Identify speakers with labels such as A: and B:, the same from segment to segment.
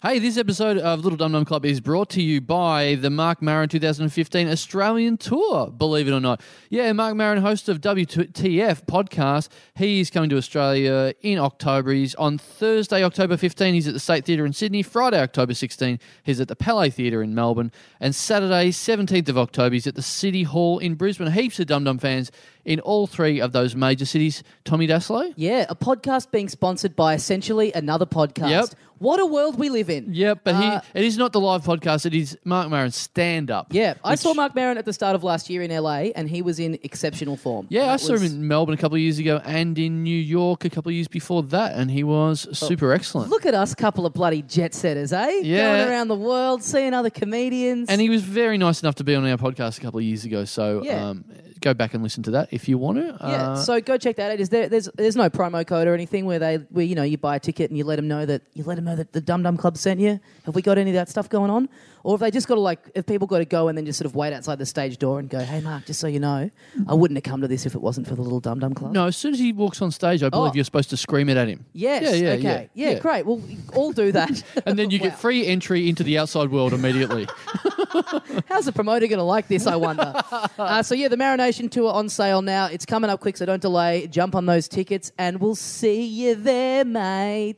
A: Hey, this episode of Little Dum Dum Club is brought to you by the Mark Maron 2015 Australian Tour, believe it or not. Yeah, Mark Maron, host of WTF podcast, he is coming to Australia in October. He's on Thursday, October 15, he's at the State Theatre in Sydney. Friday, October 16, he's at the Palais Theatre in Melbourne. And Saturday, 17th of October, he's at the City Hall in Brisbane. Heaps of Dum Dum fans in all three of those major cities. Tommy Daslow?
B: Yeah, a podcast being sponsored by essentially another podcast.
A: Yep.
B: What a world we live in.
A: Yeah, but
B: Uh,
A: he it is not the live podcast. It is Mark Maron's stand up.
B: Yeah, I saw Mark Maron at the start of last year in LA, and he was in exceptional form.
A: Yeah, I
B: That
A: saw
B: was-
A: him in Melbourne a couple of years ago and in New York a couple of years before that, and he was super excellent.
B: Oh, Look at us, couple of bloody jet setters, eh?
A: Yeah.
B: Going around the world, seeing other comedians.
A: and he was very nice enough to be on our podcast a couple of years ago. So
B: Yeah.
A: um, go back and listen to that if you want to. Uh,
B: yeah, so go check that out. Is there, there's there's no promo code or anything where they where you know you buy a ticket and you let them know that you let them know that the Dum Dum Club sent you. Have we got any of that stuff going on, or have they just got to like if people got to go and then just sort of wait outside the stage door and go, hey Mark, just so you know, I wouldn't have come to this if it wasn't for the little Dum Dum Club.
A: no, as soon as he walks on stage, I believe
B: Oh.
A: you're supposed to scream it at him.
B: Yes.
A: Yeah, yeah,
B: okay.
A: yeah,
B: Yeah,
A: yeah.
B: Great. Well, we all do that.
A: And then you
B: Wow.
A: get free entry into the outside world immediately.
B: How's the promoter going to like this, I wonder? uh, so, yeah, the Marination Tour on sale now. It's coming up quick, so don't delay. Jump on those tickets, and we'll see you there, mate.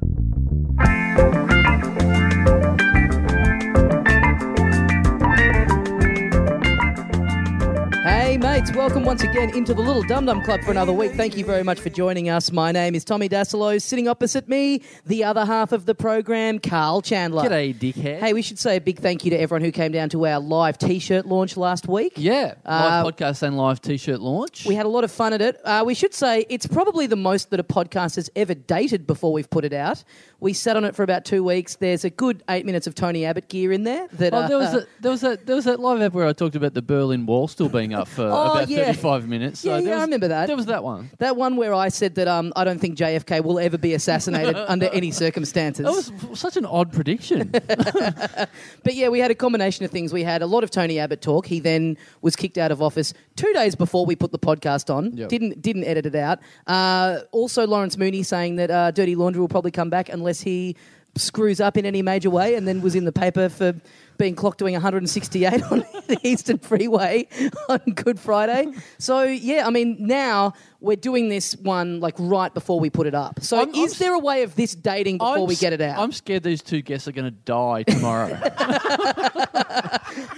B: Hey, mates, welcome once again into the Little Dum Dum Club for another week. Thank you very much for joining us. My name is Tommy Dasilo. Sitting opposite me, the other half of the program, Carl Chandler.
A: dickhead.
B: Hey, we should say a big thank you to everyone who came down to our live T-shirt launch last week.
A: yeah, live
B: Uh,
A: podcast and live T-shirt launch.
B: We had a lot of fun at it. Uh, we should say it's probably the most that a podcast has ever dated before we've put it out. We sat on it for about two weeks. There's a good eight minutes of Tony Abbott gear in there. That
A: Oh, there was
B: uh,
A: a, there was a, there was that live app where I talked about the Berlin Wall still being up for about
B: Oh, yeah.
A: thirty five minutes.
B: Yeah,
A: there
B: yeah, I
A: was-
B: remember that.
A: There was that one.
B: that one where I said that um, I don't think JFK will ever be assassinated under any circumstances.
A: That was such an odd prediction.
B: But yeah, we had a combination of things. We had a lot of Tony Abbott talk. He then was kicked out of office two days before we put the podcast on.
A: Yep.
B: Didn't didn't edit it out. Uh, also, Lawrence Mooney saying that uh, Dirty Laundry will probably come back unless he screws up in any major way, and then was in the paper for being clocked doing 168 on the Eastern Freeway on Good Friday. So yeah, I mean now we're doing this one like right before we put it up. So
A: I'm- I'm
B: is
A: s-
B: there a way of this dating before
A: I'm
B: we
A: s-
B: get it out?
A: I'm scared these two guests are going to die tomorrow.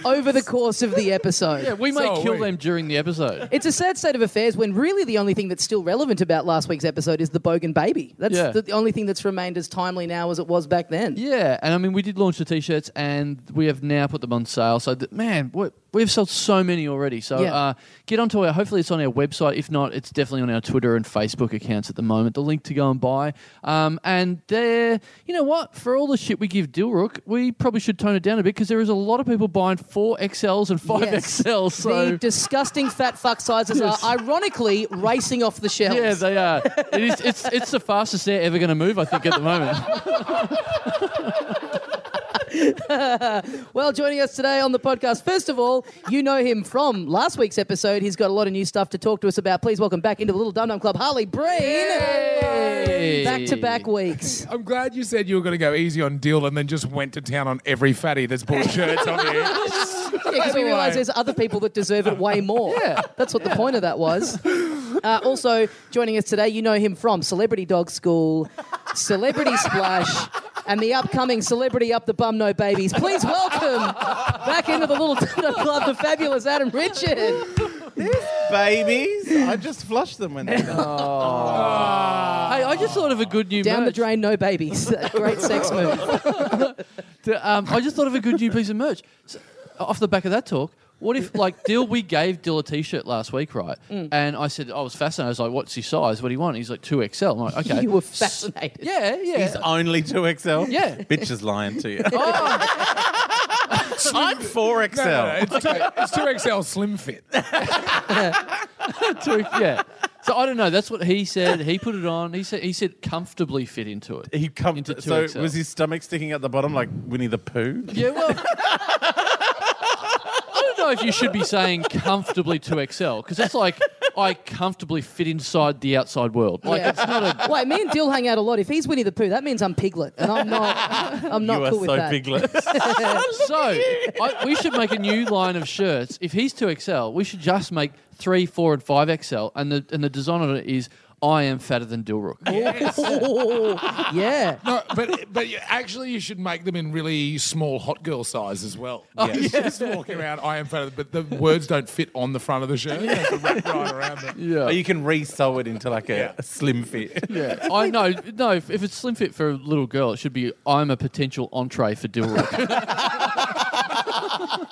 B: Over the course of the episode.
A: yeah, we may
C: So are
A: kill
C: we.
A: them during the episode.
B: It's a sad state of affairs when really the only thing that's still relevant about last week's episode is the Bogan baby. That's
A: Yeah.
B: the, the only thing that's remained as timely now as it was back then.
A: Yeah, and I mean, we did launch the t-shirts, and we have now put them on sale. So, th- man, we- we've sold so many already. So,
B: Yeah.
A: uh, get onto our. Hopefully, it's on our website. If not, it's definitely on our Twitter and Facebook accounts at the moment. The link to go and buy. Um, and there, you know what? For all the shit we give Dilrook, we probably should tone it down a bit because there is a lot of people buying four XLs and five
B: Yes.
A: XLs. So.
B: The disgusting fat fuck sizes
A: Yes.
B: are ironically racing off the shelves.
A: yeah, they are. It is, it's, it's the fastest they're ever going to move, I think, at the moment.
B: Well, joining us today on the podcast, first of all, you know him from last week's episode. He's got a lot of new stuff to talk to us about. Please welcome back into the Little Dum Dum Club, Harley Breen.
A: Yay!
B: Back to back weeks.
C: I'm glad you said you were going to go easy on Dill and then just went to town on every fatty that's bought shirts on you.
B: because we realise there's other people that deserve it way more.
A: Yeah.
B: That's what the point of that was. Uh, also joining us today, you know him from Celebrity Dog School, Celebrity Splash, and the upcoming Celebrity Up the Bum No Babies. Please welcome back into the Little Tuna Club, the fabulous Adam Richard.
D: babies. I just flushed them when they
A: Hey, I just thought of a good new
B: Down the
A: merch.
B: drain, no babies. Great sex move.
A: The, um, I just thought of a good new piece of merch. So, uh, off the back of that talk, what if, like, Dill, we gave Dill a t shirt last week, right?
B: Mm.
A: And I said, I was fascinated. I was like, what's his size? What do you want? He's like, 2XL. I'm like, okay.
B: You were fascinated.
A: yeah, yeah.
D: He's only 2XL?
A: Yeah.
D: Bitch is lying to you. I'm 4XL.
C: No, no, no, it's, two, it's 2XL Slim Fit.
A: two, yeah. So I don't know. That's what he said. He put it on. He said he said comfortably fit into it.
D: He come
A: Into
D: so
A: 2XL.
D: was his stomach sticking out the bottom like Winnie the Pooh?
A: Yeah, well. I don't know if you should be saying comfortably to XL because that's like I comfortably fit inside the outside world. Like
B: Yeah.
A: it's not a
B: Wait, me and Dill hang out a lot. If he's Winnie the Pooh, that means I'm Piglet, and I'm not. I'm not
D: you
B: cool with
D: are so
B: that.
D: piglets.
A: so I, we should make a new line of shirts. If he's two XL, we should just make three, four, and five XL, and the and the design on it is I am fatter than Dilrook.
B: Oh, yeah.
C: No, but but you, actually, you should make them in really small hot girl size as well.
B: Oh,
C: Just walking around, I am fat, but the words don't fit on the front of the shirt. You have to wrap right around them.
A: Yeah.
D: Or you can re-sew it into like a, a slim fit.
A: Yeah. I no no. If, if it's slim fit for a little girl, it should be I'm a potential entree for Dilrook.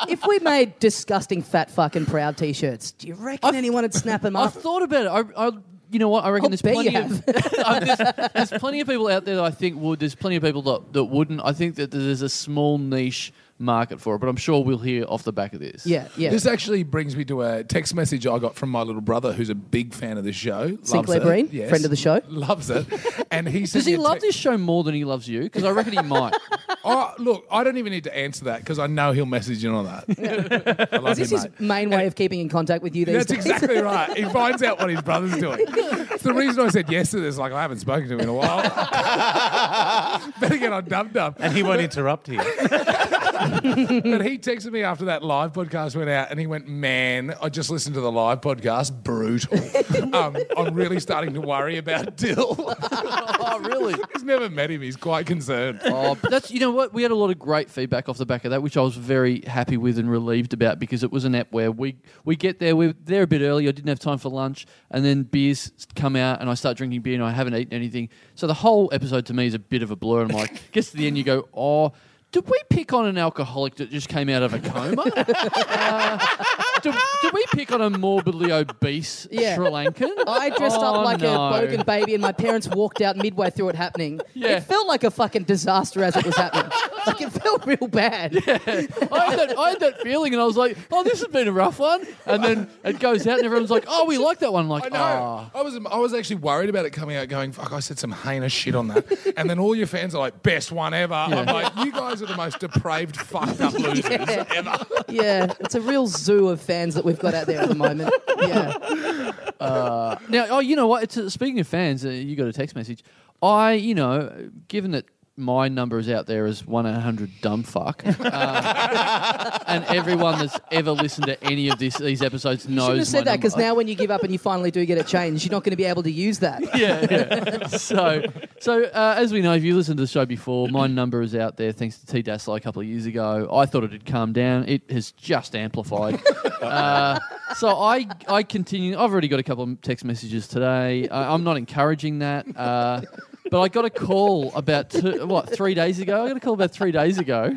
B: If we made disgusting fat fucking proud T-shirts, do you reckon anyone would snap them
A: I
B: up?
A: thought about it. I, I you know what? I reckon
B: I'll
A: there's
B: bet you
A: plenty of there's, there's plenty of people out there that I think would. There's plenty of people that, that wouldn't. I think that there's a small niche market for it, but I'm sure we'll hear off the back of this.
B: Yeah, yeah.
C: This actually brings me to a text message I got from my little brother, who's a big fan of the show.
B: Sinclair Breen, friend of the show.
C: loves it. And he
A: Does he love this show more than he loves you? Because I reckon he might.
C: Oh, look, I don't even need to answer that because I know he'll message in on that. I love
B: Is this
C: you,
B: his
C: mate.
B: main way of keeping in contact with you these days?
C: That's exactly right. He finds out what his brother's doing. It's the reason I said yes to this. Like I haven't spoken to him in a while. Better get on Dum Dum.
D: And he won't interrupt you.
C: But he texted me after that live podcast went out, and he went, "Man, I just listened to the live podcast. Brutal. um, I'm really starting to worry about Dill.
A: oh, really?
C: He's never met him. He's quite concerned.
A: Oh, but that's you know what we had a lot of great feedback off the back of that, which I was very happy with and relieved about because it was an app where we we get there we're there a bit early. I didn't have time for lunch, and then beers come out, and I start drinking beer, and I haven't eaten anything. So the whole episode to me is a bit of a blur. And I'm like, gets to the end, you go, oh. Did we pick on an alcoholic that just came out of a coma? Uh, did, did we pick on a morbidly obese
B: Yeah.
A: Sri Lankan?
B: I dressed
A: Oh,
B: up like
A: no.
B: a bogan baby, and my parents walked out midway through it happening.
A: Yeah.
B: It felt like a fucking disaster as it was happening. like it felt real bad.
A: I had, that, I had that feeling, and I was like, "Oh, this has been a rough one." And then it goes out, and everyone's like, "Oh, we like that one."
C: I
A: Like,
C: know.
A: ah,
C: I was I was actually worried about it coming out, going, "Fuck!" I said some heinous shit on that, and then all your fans are like, "Best one ever." I'm like, "You guys are the most depraved, fucked up losers
B: Yeah.
C: ever."
B: Yeah, it's a real zoo of fans that we've got out there at the moment. Yeah.
A: now, oh, you know what? It's, uh, speaking of fans, uh, you got a text message. I, you know, given that my number is out there as one eight hundred dumb fuck, um, and everyone that's ever listened to any of this, these episodes knows.
B: Shouldn't have
A: my
B: said that because
A: number.
B: now when you give up and you finally do get it changed, you're not going to be able to use that.
A: yeah, yeah. So, so uh, as we know, if you listened to the show before, my number is out there thanks to T Dassler a couple of years ago. I thought it had calmed down. It has just amplified. uh, so I, I continue. I've already got a couple of text messages today. I, I'm not encouraging that. Uh, but I got a call about two, what three days ago. I got a call about three days ago,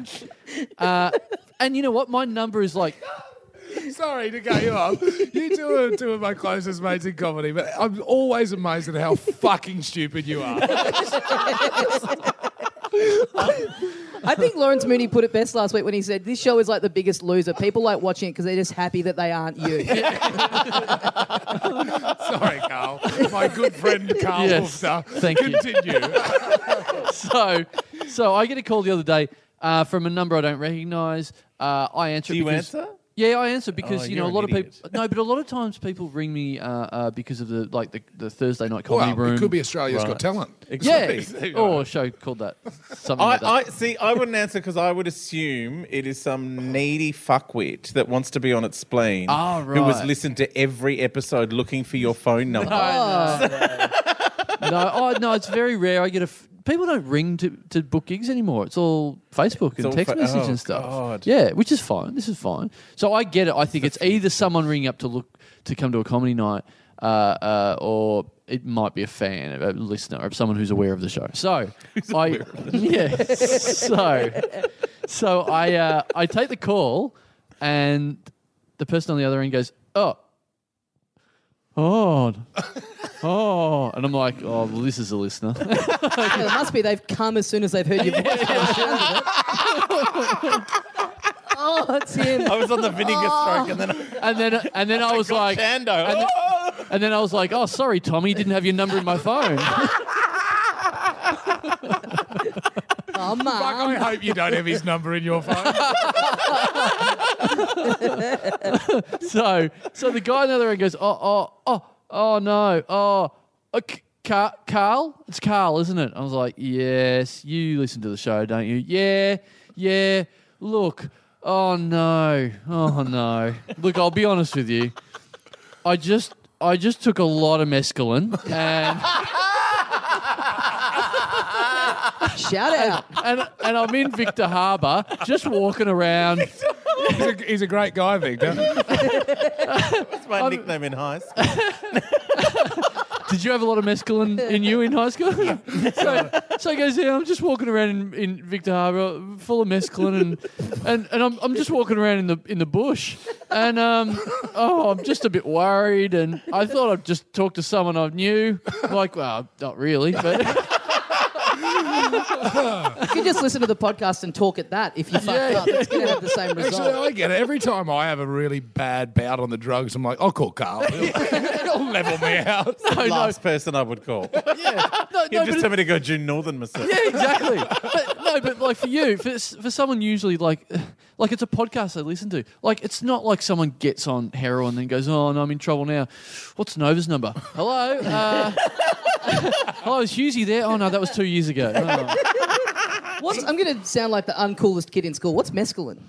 A: uh, and you know what? My number is like
C: Sorry to cut you off. You two are two of my closest mates in comedy, but I'm always amazed at how fucking stupid you are.
B: I think Lawrence Mooney put it best last week when he said, This show is like the biggest loser. People like watching it because they're just happy that they aren't you.
C: Sorry, Carl. My good friend Carl
A: Yes.
C: Wolfter.
A: Thank you.
C: Continue.
A: so, so I get a call the other day uh, from a number I don't recognise. Uh, I answer.
D: Do you
A: because-
D: answer?
A: Yeah, I answer because
D: Oh,
A: you know
D: you're
A: a
D: an
A: lot
D: idiot.
A: of people. No, but a lot of times people ring me uh, uh, because of the like the, the Thursday night comedy
C: Well,
A: room.
C: it could be Australia's Got Talent.
A: yeah,
D: Exactly.
A: or a show called that. Something
D: I,
A: like that.
D: I see. I wouldn't answer because I would assume it is some needy fuckwit that wants to be on its spleen,
A: Ah,
D: who was
A: right.
D: listened to every episode looking for your phone number.
A: no, oh, no, it's very rare. I get a. F- people don't ring to, to book gigs anymore. It's all Facebook and
D: all
A: text
D: fa-
A: message
D: oh,
A: and stuff.
D: God.
A: Yeah, which is fine. This is fine. So I get it. I think it's either someone ringing up to look to come to a comedy night, uh, uh, or it might be a fan, a listener, or someone who's aware of the show. So I, yeah. so, so I, uh, I take the call, and the person on the other end goes, "Oh, oh." Oh, and I'm like, oh, well, this is a listener.
B: Yeah, it must be they've come as soon as they've heard your voice. oh, that's him.
D: I was on the vinegar stroke, and then I
A: and then and then Ah. I was like,
D: Chando.
A: and-
D: Oh!
A: and then I was like, oh, sorry, Tommy, didn't have your number in my phone.
B: Oh,
C: Fuck, I
B: man.
C: hope you don't have his number in your phone.
A: so so the guy on the other end goes, oh oh oh oh no oh. uh, C- Car- Carl, it's Carl, isn't it? I was like, yes, you listen to the show, don't you? Yeah, yeah. Look, oh no, oh no. Look, I'll be honest with you. I just, I just took a lot of mescaline, and
B: Shout out.
A: and, and I'm in Victor Harbour, just walking around.
C: He's a, he's a great guy, Victor.
D: That's my nickname in high school.
A: Did you have a lot of mescaline in you in high school? so, so he goes, yeah, I'm just walking around in, in Victor Harbour, full of mescaline, and and, and I'm, I'm just walking around in the in the bush, and um, oh, I'm just a bit worried, and I thought I'd just talk to someone I knew, like, well, not really, but
B: You can just listen to the podcast and talk at that if you fuck
A: Yeah.
B: up. It's going to have the same
C: Actually,
B: result.
C: I get it. Every time I have a really bad bout on the drugs, I'm like, I'll call Carl. He'll, he'll level me out.
A: no, no,
D: Last person I would call.
A: yeah, no,
D: You
A: no,
D: just
A: but
D: tell me to go do northern myself.
A: Yeah, exactly. but no, but like for you, for for someone usually like like it's a podcast they listen to. Like it's not like someone gets on heroin and then goes, "Oh no, I'm in trouble now." What's Nova's number? Hello, uh, hello, is Husey there? Oh no, that was two years ago. Oh.
B: What's, I'm going to sound like the uncoolest kid in school. What's mescaline?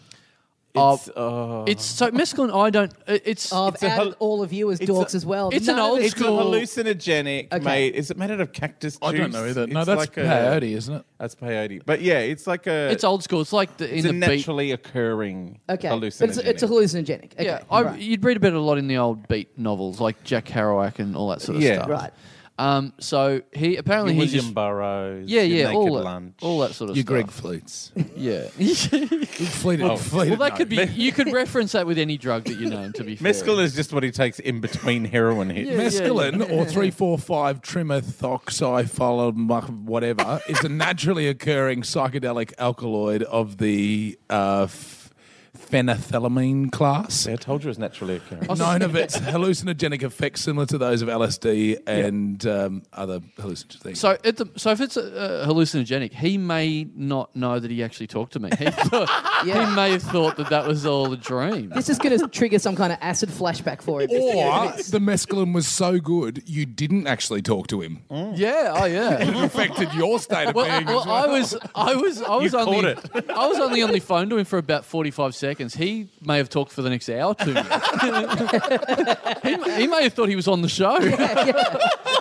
D: It's, uh,
A: Oh. It's so mescaline. I don't. it- It's
B: Oh, I've
D: a
B: added
D: hal-
B: all of you as
D: it's
B: dorks
D: a-
B: as well.
A: it's an
B: None of
A: old
B: us-
D: it's a
A: school-
D: hallucinogenic,
B: Okay.
D: mate. Is it made out of cactus
C: I don't
D: juice?
C: know either. No,
D: It's
C: that's
D: like a-
C: peyote, isn't it?
D: That's peyote. But yeah, it's like a.
A: it's old school. It's like the, in
D: It's a
A: the beat.
D: naturally occurring
B: Okay. But
D: hallucinogenic.
B: it's, it's a hallucinogenic. Okay.
A: Yeah, Oh, I,
B: right.
A: you'd read about it a lot in the old beat novels, like Jack Kerouac and all that sort of
D: Yeah.
A: stuff.
B: Right.
A: Um, so he apparently he
D: William
A: just
D: Burroughs.
A: yeah
D: your
A: yeah
D: Naked
A: all that,
D: lunch.
A: all that sort of
C: Your
A: stuff.
C: Greg Fleets.
A: Yeah.
C: Fleet
D: Oh.
A: Well, that could be. You could reference that with any drug that you name. To be fair,
D: Mescaline is just what he takes in between heroin hits.
A: Yeah, yeah,
C: Mescaline or 345 trimethoxyphylum, whatever, is a naturally occurring psychedelic alkaloid of the uh, f- phenethylamine class.
D: See, I told you it was naturally occurring.
A: Oh,
C: Known of its hallucinogenic effects similar to those of LSD and um, other hallucinogens.
A: So, at the, so if it's a, a hallucinogenic, he may not know that he actually talked to me. He, thought,
B: Yeah.
A: he may have thought that that was all a dream.
B: This is going to trigger some kind of acid flashback for him.
C: or the mescaline was so good you didn't actually talk to him.
A: Yeah, oh yeah.
C: It affected your state of
A: Well,
C: being.
A: well,
C: as
A: I was, I was, I was
D: caught
A: only,
D: it.
A: I was only on the phone to him for about forty-five seconds. He may have talked for the next hour to me. he, may- he may have thought he was on the show.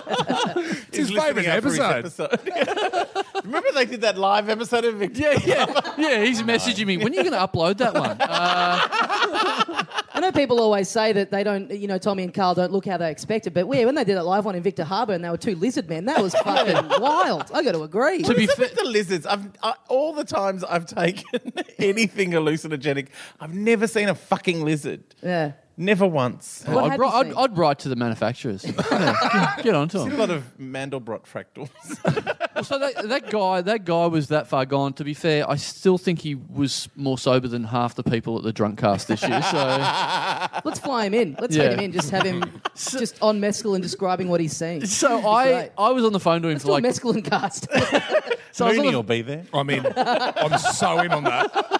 C: It's his
D: He's listening
C: favourite
D: after each
C: episode.
D: episode. Remember they did that live episode of Victor?
A: Yeah, yeah, yeah. He's messaging me. When are you going to upload that one?
B: I know people always say that they don't, you know, Tommy and Carl don't look how they expected, but yeah, when they did that live one in Victor Harbour and they were two lizard men, that was fucking wild. I got to agree.
A: to be fair,
D: With the lizards, I've I, all the times I've taken anything hallucinogenic, I've never seen a fucking lizard.
B: yeah.
D: Never once.
B: What
A: I'd,
B: had
A: ri-
B: you
A: I'd,
B: seen?
A: I'd write to the manufacturers. Yeah, get onto
D: A
A: them.
D: lot of Mandelbrot fractals.
A: So that, that guy, that guy was that far gone. To be fair, I still think he was more sober than half the people at the drunk cast this year. So
B: Let's fly him in. Let's
A: Yeah.
B: take him in. Just have him just on mescaline describing what he's seeing. Let's
A: So I,
B: right.
A: I was on the phone to him
B: do
A: for like.
B: a mescaline cast.
A: so I was on the-
D: be there.
C: I mean, I'm so in on that.
A: so-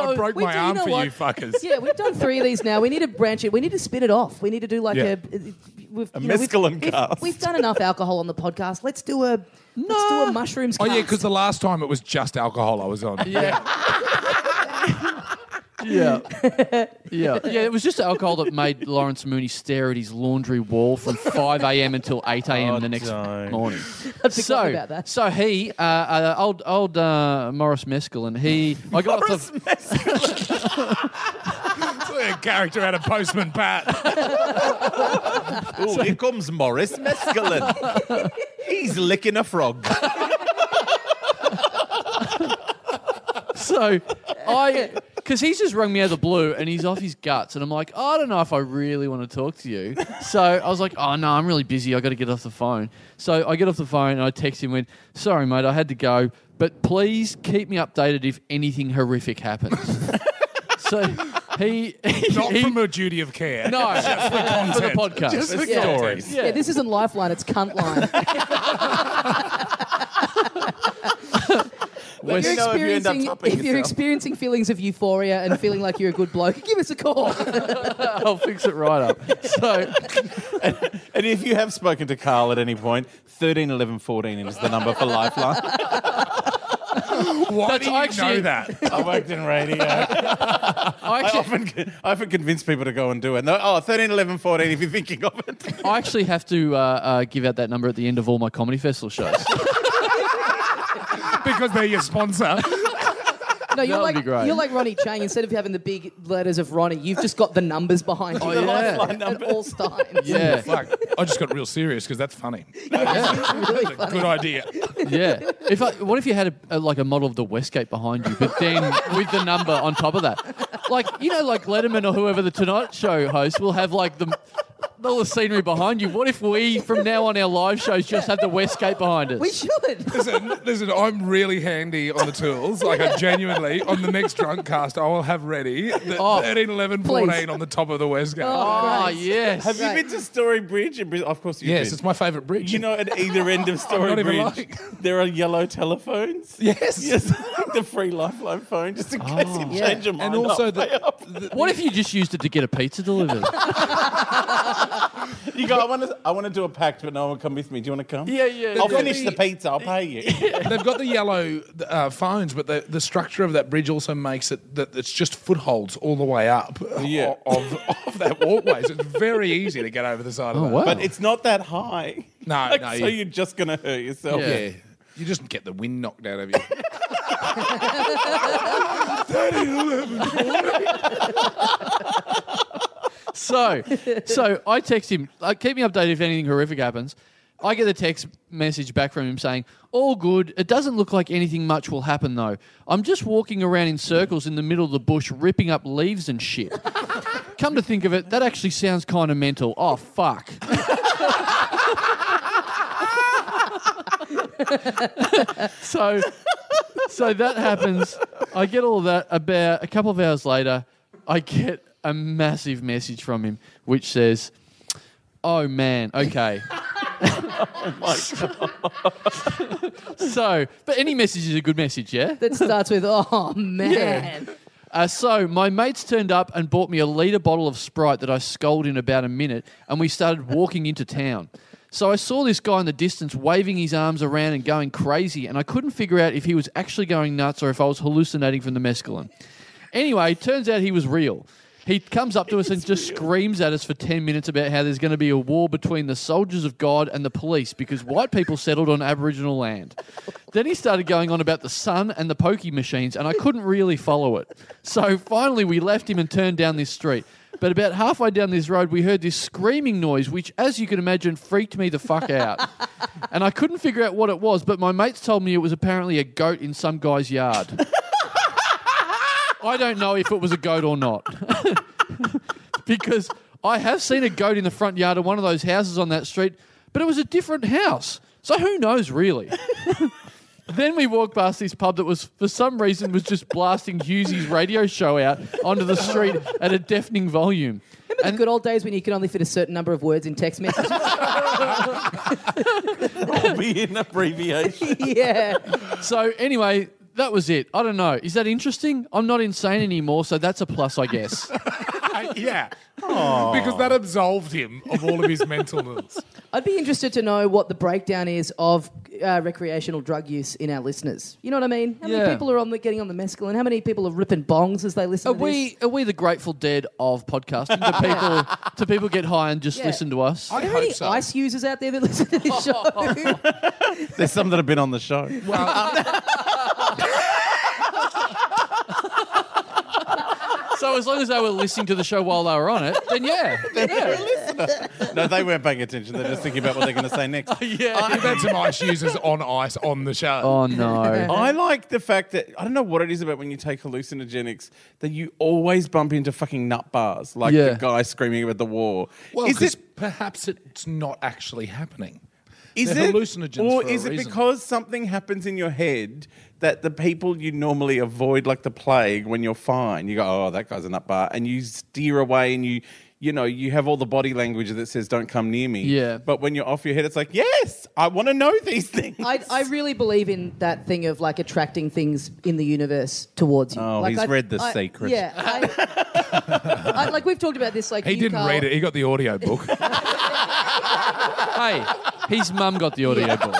C: I broke
B: we
C: my
B: do- you
C: arm
B: know
C: for
B: what?
C: you fuckers.
B: yeah, we've done three of these now. We need to branch it. We need to spin it off. We need to do like
C: Yeah.
B: a, uh, we've, a
D: mescaline
B: we've,
D: cast.
B: We've, done enough alcohol on the podcast. Let's do a let's do
A: Nah.
B: a mushrooms.
C: Oh
B: Cast.
C: yeah, because the last time it was just alcohol I was on.
A: yeah. yeah. Yeah. Yeah. It was just alcohol that made Lawrence Mooney stare at his laundry wall from 5 a.m. until 8 a.m. the next
D: don't.
A: morning. so,
B: forgotten about that.
A: so he, uh, uh, old old uh, Morris Mescaline, he, I got off the,
C: a character out of Postman Pat.
D: Ooh, here comes Morris Mescaline. He's licking a frog.
A: so I, because he's just rung me out of the blue and he's off his guts, and I'm like, "Oh, I don't know if I really want to talk to you. So I was like, oh no, I'm really busy. I got to get off the phone. So I get off the phone and I text him, went, sorry mate, I had to go, but please keep me updated if anything horrific happens. so he,
C: Not
A: he-
C: from a duty of care.
A: no, just for, the podcast.
C: Just the
B: Yeah.
C: stories.
B: Yeah, this isn't lifeline. It's cunt line.
D: Let me know if you end up
B: experiencing-
D: topping
B: if you're
D: yourself.
B: experiencing feelings of euphoria and feeling like you're a good bloke, give us a call.
A: I'll fix it right up. So
D: and if you have spoken to Carl at any point, 13, 11, 14 is the number for Lifeline.
C: Why
A: That's
C: do you
A: actually-
C: know that?
D: I worked in radio. I
A: I actually,
D: often, I often convince people to go and do it. No, oh, 13, 11, 14 if you're thinking of it.
A: I actually have to uh, uh, give out that number at the end of all my comedy festival shows.
C: Because they're your sponsor.
B: No, you're
A: That would
B: like
A: be great.
B: you're like Ronnie Chang. Instead of having the big letters of Ronnie, you've just got the numbers behind you.
A: Oh, yeah.
B: At all times.
A: Yeah,
C: Fuck. I just got real serious because that's funny.
A: yeah,
B: Really funny.
C: Good idea.
A: yeah. If I, what if you had a, a, like a model of the Westgate behind you, but then with the number on top of that, like you know, like Letterman or whoever the Tonight Show host will have like the all the scenery behind you. What if we, from now on, our live shows just have the Westgate behind us?
B: We should.
C: Listen, listen, I'm really handy on the tools. Like, I genuinely, on the next drunk cast, I will have ready the
A: Oh,
C: 13, 11,
B: please.
C: 14 on the top of the Westgate.
A: Ah,
B: Christ.
A: yes.
D: Have you
B: Right.
D: been to Story Bridge? In Bris- Of course you've
C: yes,
D: been.
C: it's my favourite bridge.
D: you know, at either end of Story
C: not even
D: Bridge,
C: lying.
D: there are yellow telephones.
C: Yes.
D: Yes, the free lifeline phone, just in case you
B: Yeah.
D: change your mind.
C: And also,
D: I'll pay
C: the,
D: up.
C: the-
A: what if you just used it to get a pizza delivered?
D: you go. I want to. I want to do a pact, but no one come with me. Do you want to come?
A: Yeah, yeah,
D: I'll
A: yeah.
D: finish the pizza. I'll pay you.
C: they've got the yellow uh, phones, but the, the structure of that bridge also makes it that it's just footholds all the way up
D: Yeah.
C: o- of, of that walkway. So it's very easy to get over the side
A: Oh,
C: of that.
A: wow.
D: But it's not that high.
C: No,
D: Like,
C: no,
D: So
C: you- oh,
D: you're just gonna hurt yourself.
A: Yeah.
C: Yeah. You just get the wind knocked out of you.
A: So, so I text him, like, keep me updated if anything horrific happens. I get the text message back from him saying, all good. It doesn't look like anything much will happen, though. I'm just walking around in circles in the middle of the bush, ripping up leaves and shit. Come to think of it, that actually sounds kind of mental. Oh, fuck. so, so that happens. I get all that. About a couple of hours later, I get a massive message from him, which says, "Oh man, okay." so, but any message is a good message, yeah.
B: That starts with oh man.
A: Uh, so my mates turned up and bought me a litre bottle of Sprite that I sculled in about a minute, and we started walking into town. So I saw this guy in the distance waving his arms around and going crazy, and I couldn't figure out if he was actually going nuts or if I was hallucinating from the mescaline. Anyway, turns out he was real. He comes up to us and just screams at us for 10 minutes about how there's going to be a war between the soldiers of God and the police because white people settled on Aboriginal land. Then he started going on about the sun and the pokey machines, and I couldn't really follow it. So finally, we left him and turned down this street. But about halfway down this road, we heard this screaming noise, which, as you can imagine, freaked me the fuck out. and I couldn't figure out what it was, but my mates told me it was apparently a goat in some guy's yard. I don't know if it was a goat or not. because I have seen a goat in the front yard of one of those houses on that street, but it was a different house. So who knows, really? then we walked past this pub that was, for some reason, was just blasting Hughesy's radio show out onto the street at a deafening volume.
B: And the good old days when you could only fit a certain number of words in text messages.
D: I'll be in abbreviation.
B: yeah.
A: So anyway, that was it. I don't know. Is that interesting? I'm not insane anymore, so that's a plus, I guess.
C: yeah. Because that absolved him of all of his mental ills.
B: I'd be interested to know what the breakdown is of uh, recreational drug use in our listeners. You know what I mean? How
A: Yeah.
B: many people are on the getting on the mescaline? How many people are ripping bongs as they listen
C: Uh,
A: Are
B: to
A: we
B: this?
A: are we the Grateful Dead of podcasting? Do people do people get high and just
B: Yeah.
A: listen to us?
B: Are there
C: hope
B: any
C: so.
B: ice users out there that listen to this show?
D: There's some that have been on the show.
A: so as long as they were listening to the show while they were on it, then yeah,
D: No, they weren't paying attention. They're just thinking about what they're going to say next.
A: yeah.
C: We've had some ice users on ice on the show.
A: Oh no.
D: I like the fact that I don't know what it is about when you take hallucinogenics that you always bump into fucking nut bars, like
A: Yeah.
D: the guy screaming about the war.
C: well,
D: is
C: 'cause
D: it
C: perhaps it's not actually happening.
D: is
C: They're
D: it
C: hallucinogens
D: or
C: for a
D: is it
C: reason.
D: because something happens in your head that the people you normally avoid, like the plague, when you're fine, you go, "Oh, that guy's a nut bar," and you steer away and you you know, you have all the body language that says "don't come near me."
A: Yeah.
D: But when you're off your head, it's like, yes, I want to know these things.
B: I, I really believe in that thing of like attracting things in the universe towards you.
D: Oh,
B: like,
D: he's
B: I-
D: read The
B: I-
D: Secret.
B: Yeah, I, I- like we've talked about this. Like
C: He
B: you,
C: didn't
B: Carl.
C: read it. He got the audio book.
A: Oh, Hey, his mum got the audio book.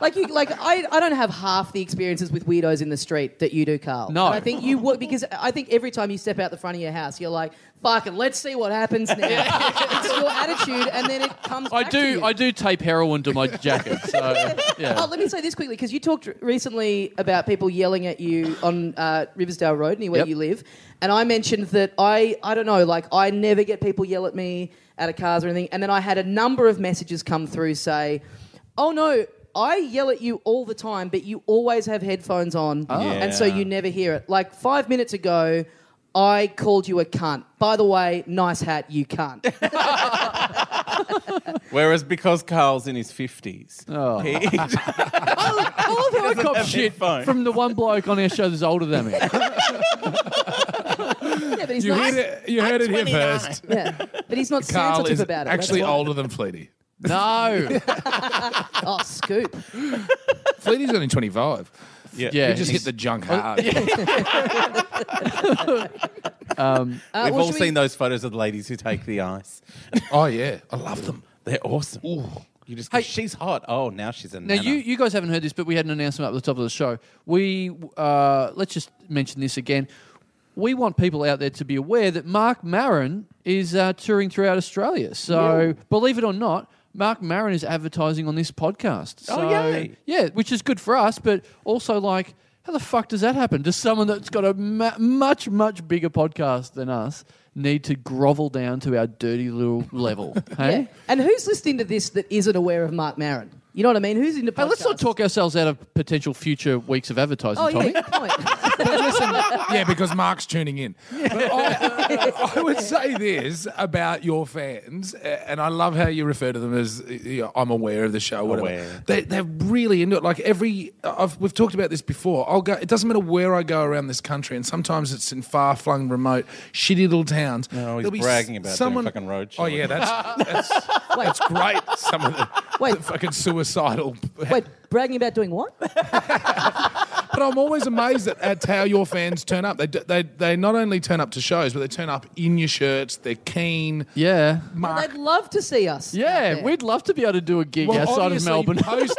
B: Like you, like I, I don't have half the experiences with weirdos in the street that you do, Carl.
A: No.
B: and I think you would because I think every time you step out the front of your house, you're like, "Fucking, let's see what happens now." it's your attitude, and then it comes.
A: I
B: back to
A: do
B: you.
A: I do tape heroin to my jacket. So yeah.
B: Oh, let me say this quickly because you talked r- recently about people yelling at you on uh, Riversdale Road near where
A: Yep.
B: you live, and I mentioned that I I don't know like I never get people yell at me out of cars or anything, and then I had a number of messages come through say, "Oh no." I yell at you all the time, but you always have headphones on,
C: Oh.
B: and so
D: Yeah.
B: you never hear it. Like five minutes ago, I called you a cunt. By the way, nice hat, you cunt.
D: Whereas because Carl's in his fifties, he,
B: Oh,
A: I love how I cop
D: have
A: shit
D: headphones.
A: from the one bloke on our show that's older than me.
B: yeah, but he's
C: You
B: not.
C: heard it, you heard it here first.
B: yeah, but he's not
C: Carl
B: sensitive
C: is
B: about it. That's
C: actually
B: why-
C: older than Fleety.
A: No.
B: Oh, scoop.
C: Fleety's only 25.
D: yeah, Oh,
A: Yeah.
C: He just hit the junk hard.
B: Uh,
D: We've
B: well,
D: all
B: should
D: seen
B: we,
D: those photos of the ladies who take the ice.
C: Oh, yeah. I love them.
D: They're awesome. You just go, she's hot. Oh, now she's a
A: Now you, you guys haven't heard this, but we had an announcement up at the top of the show. We uh, let's just mention this again. We want people out there to be aware that Mark Maron is uh, touring throughout Australia. So believe it or not, Mark Maron is advertising on this podcast.
D: Oh,
A: So,
D: yay.
A: Yeah, which is good for us, but also like. How the fuck does that happen? Does someone that's got a ma- much, much bigger podcast than us need to grovel down to our dirty little level? Hey?
B: yeah. And who's listening to this that isn't aware of Mark Maron? You know what I mean? Who's into podcasts?
A: Hey, let's not talk ourselves out of potential future weeks of advertising,
B: Oh,
A: Tommy.
B: yeah, good point.
C: But listen, yeah, because Mark's tuning in. But I, I would say this about your fans, a- and I love how you refer to them as you know, "I'm aware of the show." Whatever.
D: Aware.
C: They, they're really into it. Like every, I've, we've talked about this before. I'll go. It doesn't matter where I go around this country, and sometimes it's in far-flung, remote, shitty little towns.
D: No, he's
C: There'll be
D: bragging about doing
C: someone-
D: fucking roadshow.
C: Oh yeah, that's that's, that's great. Some of the,
B: Wait.
C: the fucking suicidal.
B: Wait, bragging about doing what?
C: But I'm always amazed at, at how your fans turn up. They, d- they they not only turn up to shows, but they turn up in your shirts. They're keen.
A: Yeah.
C: Mark.
B: They'd love to see us. out
A: Yeah,
B: there.
A: we'd love to be able to do a gig
C: Well,
A: outside of
C: obviously,
A: Melbourne.
C: Post,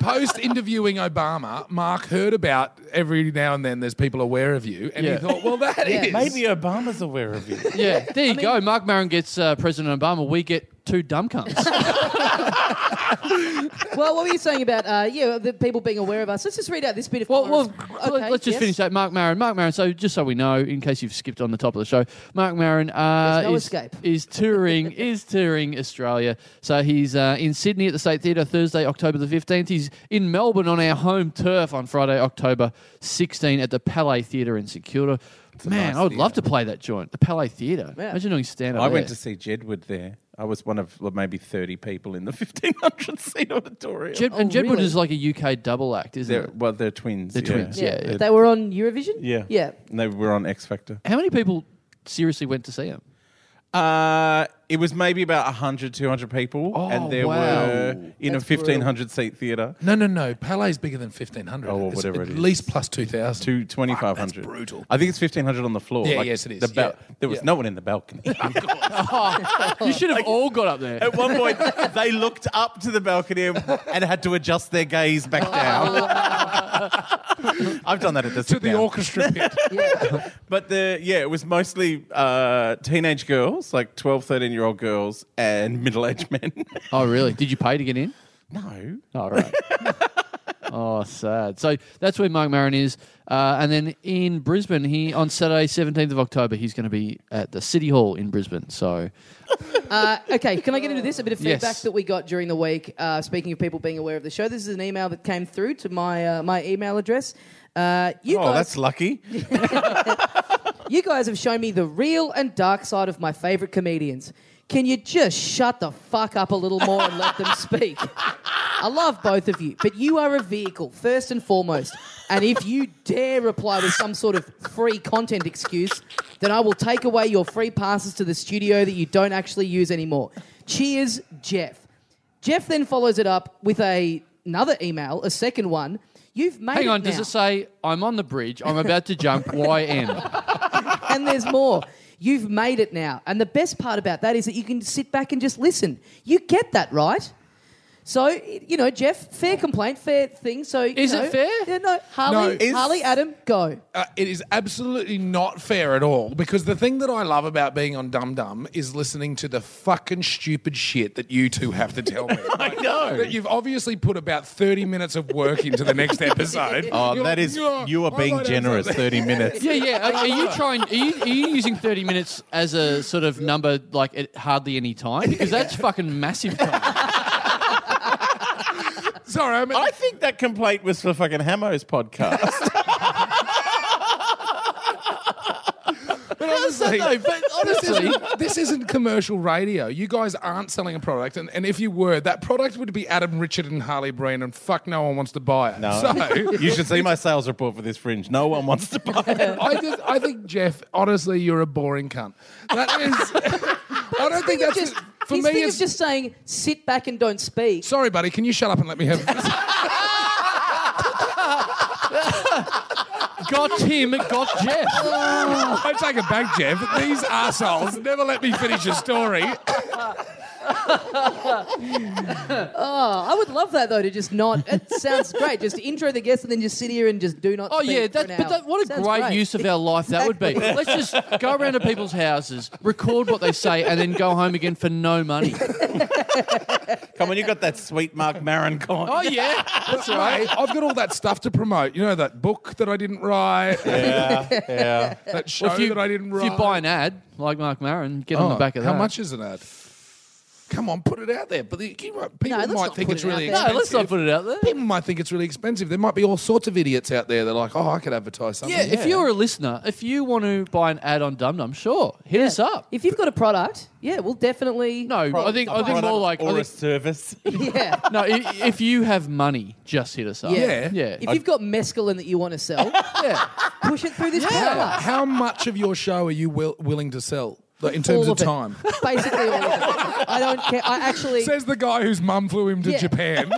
C: post interviewing Obama, Mark heard about every now and then there's people aware of you, and
A: Yeah.
C: he thought, well, that is
B: Yeah.
D: Maybe Obama's aware of you.
A: yeah, there you go. Mark Maron gets uh, President Obama. We get two dumb cunts.
B: Well, what were you saying about uh, yeah, the people being aware of us? Let's just read out this bit of.
A: well, well
B: correspondence.
A: let-
B: Okay,
A: let's just
B: yes.
A: finish that. Mark Maron. Mark Maron. So just so we know, in case you've skipped on the top of the show, Mark Maron uh,
B: There's no
A: is,
B: escape.
A: is touring is touring Australia. So he's uh, in Sydney at the State Theatre Thursday, October the fifteenth. He's in Melbourne on our home turf on Friday, October sixteenth, at the Palais Theatre in St Kilda. Man,
C: nice
A: I would love to
C: theatre.
A: play that joint, the Palais Theatre.
B: Yeah.
A: Imagine doing stand up.
D: I went to see Jedward there. I was one of well, maybe 30 people in the 1500 seat auditorium.
A: Jed, and
B: Oh,
A: Jedward
B: really?
A: is like a UK double act, isn't
D: they're,
A: it?
D: well, they're twins.
A: They're twins,
B: Yeah,
A: yeah, yeah.
B: they were on Eurovision.
D: Yeah.
B: yeah.
D: And they were on X Factor.
A: How many people seriously went to see him?
D: Uh, it was maybe about 100, 200 people. and there
A: wow.
D: were in
B: That's
D: a 1500 seat theatre.
C: No, no, no. Palais is bigger than 1,500.
D: Oh, well,
C: It's
D: whatever
C: at
D: it is.
C: least plus 2,000.
D: To
C: Fuck, that's
D: 2500.
C: brutal.
D: I think it's 1500 on the floor.
C: Yeah, yes, it is.
D: The bal-
C: Yeah.
D: There was
C: Yeah.
D: no one in the balcony.
A: You should have all got up there.
D: At one point, they looked up to the balcony and and had to adjust their gaze
B: Oh.
D: back down. I've done that at the
C: To
D: sit
C: the
D: down.
C: orchestra pit.
D: But the yeah, it was mostly uh, teenage girls, like 12, 13 year old girls, and middle aged men.
A: Oh, really? Did you pay to get in?
D: no.
A: All right. oh, sad. So that's where Mark Maron is, uh, and then in Brisbane, he on Saturday, seventeenth of October, he's going to be at the City Hall in Brisbane. So
B: Uh, okay, can I get into this? A bit of feedback
A: Yes.
B: that we got during the week. Uh, speaking of people being aware of the show, this is an email that came through to my uh, my email address. Uh, you
D: Oh,
B: guys,
D: that's lucky.
B: you guys have shown me the real and dark side of my favourite comedians. Can you just shut the fuck up a little more and let them speak? I love both of you, but you are a vehicle first and foremost. And if you dare reply with some sort of free content excuse, then I will take away your free passes to the studio that you don't actually use anymore. Cheers, Jeff. Jeff then follows it up with a, another email, a second one. You've made
A: Hang
B: it
A: on, does
B: now.
A: it say I'm on the bridge? I'm about to jump. Why end?
B: and there's more. You've made it now. And the best part about that is that you can sit back and just listen. You get that, right? So, you know, Jeff, fair complaint, fair thing. So, you
A: Is it
B: know-
A: fair?
B: Yeah, no, Harley,
D: No, is-
B: Harley, Adam, go.
C: Uh, it is absolutely not fair at all because the thing that I love about being on Dum Dum is listening to the fucking stupid shit that you two have to tell me. I know. That you've obviously put about 30 minutes of work into the next episode.
D: Oh,
C: You're
D: that
C: like,
D: is,
C: "Yeah,
D: you are
C: I
D: being
C: might add
D: generous.
C: something."
D: 30 minutes.
A: Yeah, yeah. Are, are you trying? Are you, are you using thirty minutes as a sort of number, like at hardly any time? Because that's fucking massive time.
C: Sorry, I mean,
D: I think that complaint was for fucking Hamo's podcast.
A: How's that though? But
C: this
A: honestly,
C: isn't, this isn't commercial radio. You guys aren't selling a product, and, and if you were, that product would be Adam Richard and Harley Breen, and fuck, no one wants to buy it.
D: No.
C: So
D: you should see my sales report for this fringe. No one wants to buy it.
C: I just, I think Jeff, honestly, you're a boring cunt. That is, I don't think that's
B: Just,
C: for
B: his
C: me.
B: thing
C: It's
B: is just saying, sit back and don't speak.
C: sorry, buddy. Can you shut up and let me have?
A: got him, got Jeff.
C: I take it back, Jeff. These assholes never let me finish a story.
B: Oh, I would love that, though, to just not. It sounds great. Just intro the guest and then just sit here and just do not
A: Oh
B: speak
A: yeah,
B: for
A: that,
B: an
A: but
B: hour.
A: that, what a
B: Sounds
A: great, use of our life that would be.
B: Exactly.
A: Let's just go around to people's houses, record what they say, and then go home again for no money.
D: Come on, you got that sweet Mark Maron con.
A: Oh yeah, that's
C: Right?
A: right.
C: I've got all that stuff to promote. You know that book that I didn't write,
D: Yeah, yeah.
C: that show
A: Well, if you,
C: that I didn't
A: if
C: write.
A: you buy an ad like Mark Maron, get on the
C: Oh,
A: back of
C: how
A: that.
C: much is an ad? Come on, put it out there. But the, you might, people
B: let's
C: might
B: not
C: think
B: put
C: it's
B: it out
C: really
B: there.
A: No,
C: expensive.
A: let's not put it out there.
C: People might think it's really expensive. There might be all sorts of idiots out there that are like, oh, I could advertise something.
A: Yeah, if you're a listener, if you want to buy an ad on Dum Dum, sure, hit us up.
B: If you've got a product, yeah, we'll definitely.
A: no, I think I think more like I
D: or a
A: think,
D: service.
B: Yeah.
A: no. i- If you have money, just hit us up.
B: Yeah.
A: yeah,
B: If you've got mescaline that you want to sell,
A: yeah.
B: push it through this
A: Yeah.
B: power.
C: How much of your show are you will, willing to sell like, in terms
B: All
C: of,
B: of it.
C: time?
B: Basically, all of it. I don't care. I actually.
C: Says the guy whose mum flew him to
B: Yeah.
C: Japan.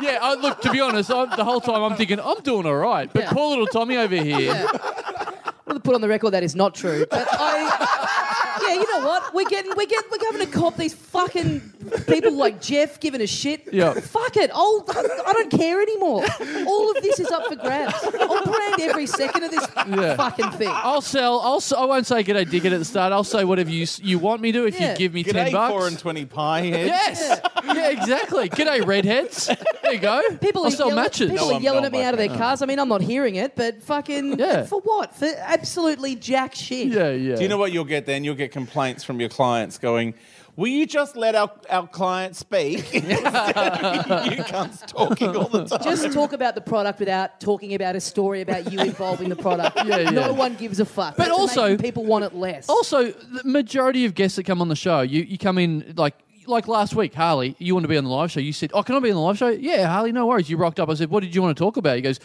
A: Yeah, I, look, to be honest, I, the whole time I'm thinking I'm doing all right, but
B: Yeah.
A: poor little Tommy over here.
B: I want to put on the record that is not true. But I, yeah, you know what? We're getting, we're getting, we're having to cop these fucking people like Jeff giving a shit.
A: Yeah.
B: Fuck it. I'll, I don't care anymore. All of this is up for grabs. I'll brand every second of this
A: Yeah.
B: fucking thing.
A: I'll sell. I'll. s- I won't say "g'day, dickhead" at the start. I'll say whatever you s- you want me to if
B: Yeah.
A: you give me
D: G'day,
A: ten bucks.
D: four and twenty pie head.
A: Yes. Yeah. exactly. G'day, redheads. There you go.
B: People
A: I'll
B: are
A: sell
B: yelling,
A: matches.
B: People
D: No,
B: are
D: I'm
B: yelling
D: not
B: at me
D: like
B: out of their
D: that.
B: cars. I mean, I'm not hearing it, but fucking
A: Yeah.
B: for what? For absolutely jack shit.
A: yeah, yeah.
D: Do you know what you'll get then? You'll get complaints from your clients going, Will you just let our, our client speak? you cunts talking all the time.
B: Just talk about the product without talking about a story about you involving the product.
A: Yeah, yeah.
B: No one gives a fuck.
A: But
B: That's
A: also-
B: making people want it less.
A: Also, the majority of guests that come on the show, you, you come in like like last week, Harley, you want to be on the live show. You said, Oh, can I be on the live show? Yeah, Harley, no worries. You rocked up. I said, What did you want to talk about? He goes,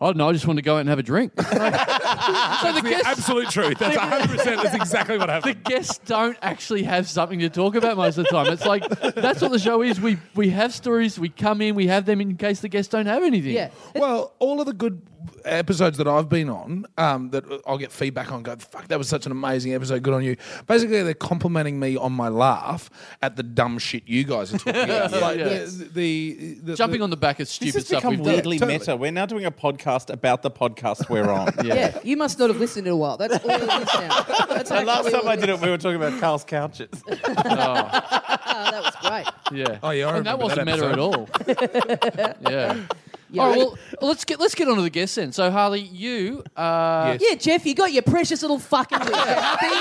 A: I don't know, I just want to go out and have a drink. so the guests,
C: Absolute truth. That's 100%. That's exactly what
A: the
C: happened.
A: guests don't actually have something to talk about most of the time. It's like that's what the show is. We we have stories, we come in, we have them in case the guests don't have anything.
B: yeah.
C: Well, all of the good episodes that I've been on, um, that I'll get feedback on, go, fuck, that was such an amazing episode. Good on you. Basically, they're complimenting me on my laugh at the dumb shit you guys are talking about. Like,
A: yeah.
C: The, the, the-
A: Jumping on the back of stupid
D: This has
A: stuff
D: become
A: we've
D: weirdly
C: Totally.
D: meta. We're now doing a podcast about the podcast we're on.
A: done.
B: yeah. You must not have listened in a while. That's all it is now. That's
D: The last
B: actually
D: time
B: all
D: I did
B: is.
D: it, we were talking about Carl's couches.
B: Ah, that was great.
A: Yeah.
C: Oh, yeah, I
A: and that
C: remember
A: wasn't
C: that
A: meta at all. yeah.
D: Oh,
A: All right. Well, let's get let's get on to the guests then. So Harley, you uh,
B: Yeah, Jeff, you got your precious little fucking list. Happy?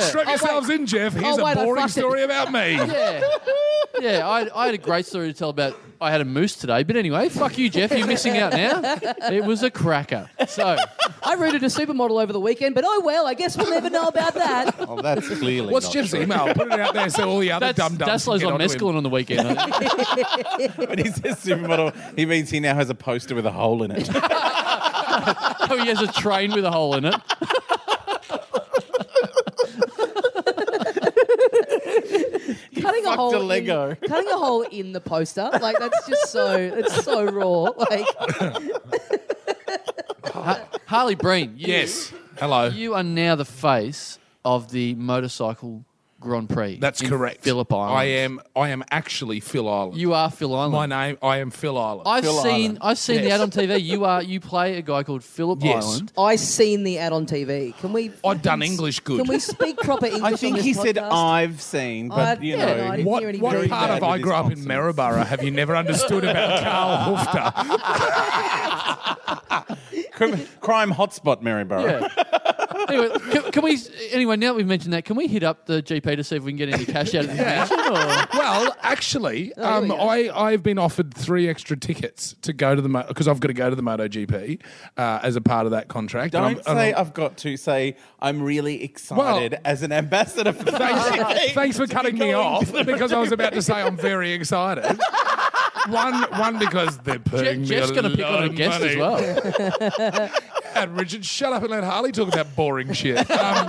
C: Strap yourselves in,
A: Oh,
C: Jeff. Here's
B: wait, I
C: a boring
B: fucked it.
C: story about me.
A: yeah, yeah. I, I had a great story to tell about I had a moose today. But anyway, fuck you, Jeff. You're missing out now. It was a cracker. So
B: I rooted a supermodel over the weekend, but oh well, I guess we'll never know about that.
D: Oh, that's clearly
C: What's
D: not
C: Jeff's
D: true.
C: email? Put it out there so all the other
A: that's
C: dumb dumbs.
A: Daslo's on mescaline on the weekend. I think.
D: When he says supermodel, he means he now has a poster with a hole in it.
A: oh, he has a train with a hole in it.
B: Cutting a
D: fucked
B: hole,
D: a Lego.
B: In, cutting a hole in the poster, like that's just so it's so raw. Like
A: Harley Breen. you-
C: Yes. Hello.
A: You are now the face of the motorcycle Grand Prix.
C: That's
A: in
C: correct.
A: Phillip Island.
C: I am. I am actually Phil Island.
A: You are Phil Island.
C: My name. I am Phil Island.
A: I've
D: Phil
A: seen.
D: Island.
A: I've seen the
C: Yes.
A: ad on TV. You are. You play a guy called Philip
C: Yes.
A: Island.
B: I seen the ad on TV. Can we?
C: I've done English good.
B: Can we speak proper English?
D: I think
B: on this
D: he said
B: podcast?
C: "Um,
D: I've seen, but
B: I-
D: you
B: yeah, no,
D: know.
B: I didn't hear
C: what
B: any
C: what
B: very
C: part
D: bad
C: of
D: with
C: I
D: his
C: grew up in
D: consonants.
C: Maryborough have you never understood about Carl Hoofter?
D: Crime, crime hotspot, Maryborough.
A: Yeah. anyway, can, can we? Anyway, now that we've mentioned that, can we hit up the GP to see if we can get any cash out of this mansion? Or?
C: well, actually,
A: Oh,
B: here
C: um,
B: we go.
C: I I've been offered three extra tickets to go to the because I've got to go to the MotoGP uh, as a part of that contract. And I'm-
D: Don't
C: and
D: say
C: I'm-
D: I've got to. Say I'm really excited as an ambassador for
C: Thanks,
D: thanks,
C: thanks for cutting me off because I was about to say I'm very excited. One, one because they're
A: Jeff,
C: paying me
A: Jeff's
C: a
A: going to pick
C: lot
A: on a
C: of
A: guest as
C: money.
A: well.
C: And Richard, shut up and let Harley talk about boring shit. Um,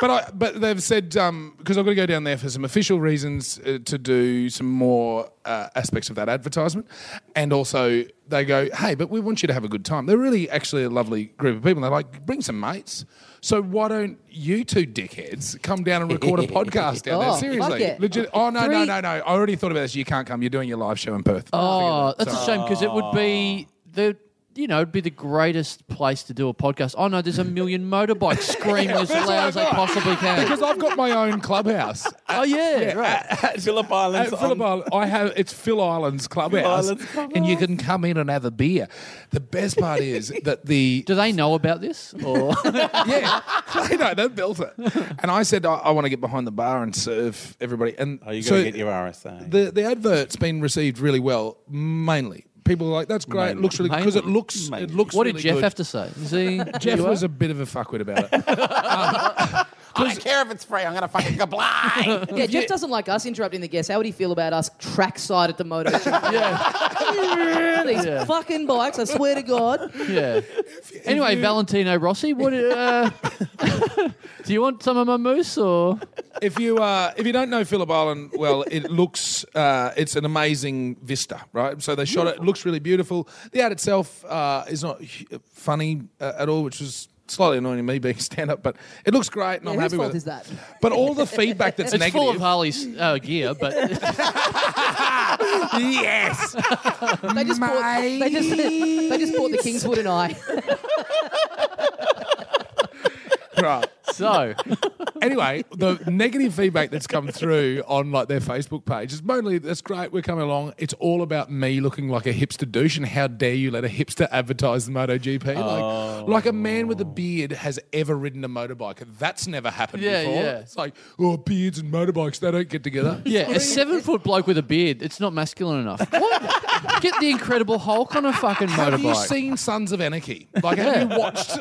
C: but I, but they've said because I've got to go down there for some official reasons uh, to do some more uh, aspects of that advertisement, and also they go, hey, but we want you to have a good time. They're really actually a lovely group of people. And they're like, bring some mates. So why don't you two dickheads come down and record a podcast down
B: Oh,
C: there?
B: fuck
C: Seriously,
B: it.
C: legit. Oh no, no,
A: Three-
C: no, no! I already thought about this. You can't come. You're doing your live show in Perth.
A: Oh, that's a shame because it would be the. You know, it'd be the greatest place to do a podcast. Oh no, there's a million motorbikes screaming as loud as they possibly can.
C: because I've got my own clubhouse.
A: Oh yeah, right.
D: Philip Islands.
C: At Phillip
D: on-
C: Island, I have it's Phil Island's clubhouse,
D: um, Island's clubhouse.
C: and you can come in and have a beer. The best part is that the
A: Do they know about this? Or
C: yeah, they know they built it. And I said I, I want to get behind the bar and serve everybody. And
D: Are Oh, you
C: so
D: going to get your RSA?
C: the the advert's been received really well, mainly. People are like that's great. It looks really because it
D: Mainly.
C: looks it
D: Mainly.
C: looks.
A: what
C: really
A: did Jeff
C: good.
A: have to say? Is he,
C: Jeff
A: you are?
C: was a bit of a fuckwit about it.
D: I don't care if it's free. I'm going to fucking go blind.
B: Yeah, Jeff doesn't like us interrupting the guest. How would he feel about us trackside at the motor? These fucking bikes, I swear to God.
A: Yeah. Anyway, Valentino Rossi, what? Uh, do you want some of my moose or?
C: if you uh, if you don't know Phillip Island, well, it looks uh, it's an amazing vista, right? So they shot it. It looks really beautiful. The ad itself uh, is not hu- funny uh, at all, which was slightly annoying to me being stand up, but it looks great, and I'm
B: whose
C: happy
B: fault
C: with it.
B: is that?
C: But all the feedback that's
A: It's
C: negative.
A: full of Harley's uh, gear, but
C: yes,
B: They just bought, they just, they just bought the Kingswood and I.
C: right.
A: so
C: anyway, the negative feedback that's come through on like their Facebook page is mainly that's great, we're coming along. It's all about me looking like a hipster douche, and how dare you let a hipster advertise the MotoGP?
A: Oh.
C: Like, like a man with a beard has ever ridden a motorbike. That's never happened
A: Yeah,
C: before.
A: yeah.
C: It's like, oh, beards and motorbikes, they don't get together.
A: yeah, a seven-foot bloke with a beard. It's not masculine enough. What? Get the Incredible Hulk on a fucking
C: Have
A: motorbike.
C: you seen Sons of Anarchy? Like, have you watched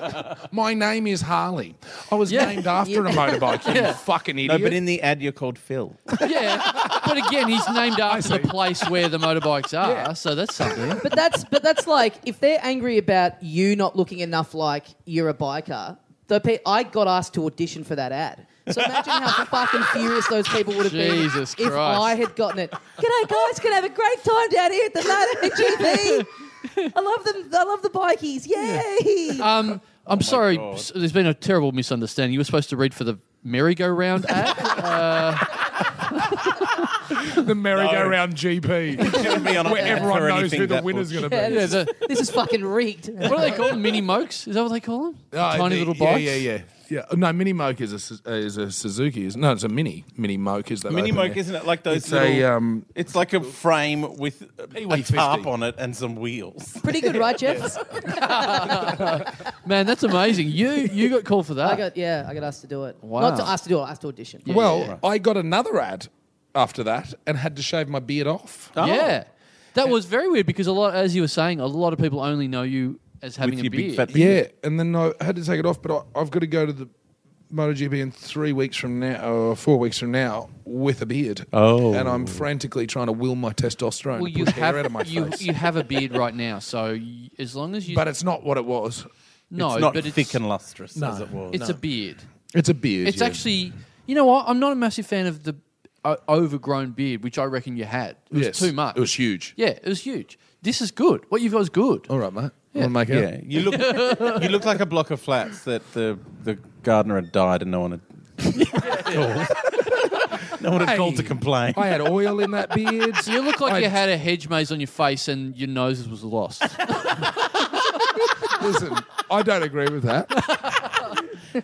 C: My Name is Harley? I was
A: Yeah.
C: named after a motorbike, you fucking
D: no,
C: idiot.
D: but in the ad you're called Phil.
A: yeah, but again, he's named after the
C: see. Oh
A: place where the motorbikes are, so that's something.
B: But that's but that's like if they're angry about you not looking enough like you're a biker. Though pe- I got asked to audition for that ad. So imagine how fucking furious those people would have been
A: Jesus
B: if
A: Christ.
B: I had gotten it. G'day guys, can have a great time down here at the ladder GP. I love them. I love the bikies. Yay!
A: Um, I'm sorry,
D: God.
A: s- there's been a terrible misunderstanding. You were supposed to read for the merry-go-round ad.
C: the merry-go-round GP,
D: Shouldn't be on a
C: where
D: ad for
C: everyone knows
D: anything
C: who the
D: that
C: winner's going to be.
B: Yeah,
A: yeah,
B: this,
A: the,
B: this is fucking rigged.
A: what do they call them? Mini mokes? Is that what they call them?
C: Oh,
A: Tiny
C: the-
A: little bikes.
C: Yeah, yeah, yeah. Yeah, no, Mini Moke is a Su- uh, is a Suzuki. Is no, it's a Mini Mini Moke is that
D: Mini Moke, isn't it like those?
C: It's
D: little,
C: a, um,
D: it's like a frame with a
C: P50.
D: tarp on it and some wheels.
B: Pretty good, right, Jeff?
A: Man, that's amazing. You you got called for that.
B: I got yeah. I got asked to do it.
A: Wow.
B: Not to ask to do it. Asked to audition.
C: Well, I got another ad after that and had to shave my beard off.
A: yeah. That was very weird because a lot, as you were saying, a lot of people only know you as having
D: With
A: a
D: your big
A: beard.
D: fat beard.
C: Yeah, and then I had to take it off, but I, I've got to go to the MotoGP in three weeks from now, or four weeks from now, with a beard.
D: Oh.
C: and I'm frantically trying to will my testosterone
A: well,
C: to
A: you
C: push hair
A: have
C: out of my
A: you,
C: face.
A: you have a beard right now, so y as long as you
C: but it's not what it was.
A: no,
D: it's not
A: but
D: thick
A: it's,
D: and lustrous as
C: No.
D: it was.
A: it's a beard.
C: It's a beard.
A: It's
C: yeah.
A: actually, you know what? I'm not a massive fan of the uh, overgrown beard, which I reckon you had. It was
C: Yes,
A: too much.
C: It was huge.
A: yeah, it was huge. This is good. What you've got is good.
C: All right, mate. Wanna make out?
D: yeah, you look you look like a block of flats that the the gardener had died and no one had no one had called to
C: Hey.
D: complain.
C: I had oil in that beard.
A: You look like
C: I-
A: you had a hedge maze on your face and your nose was lost.
C: Listen, I don't agree with that.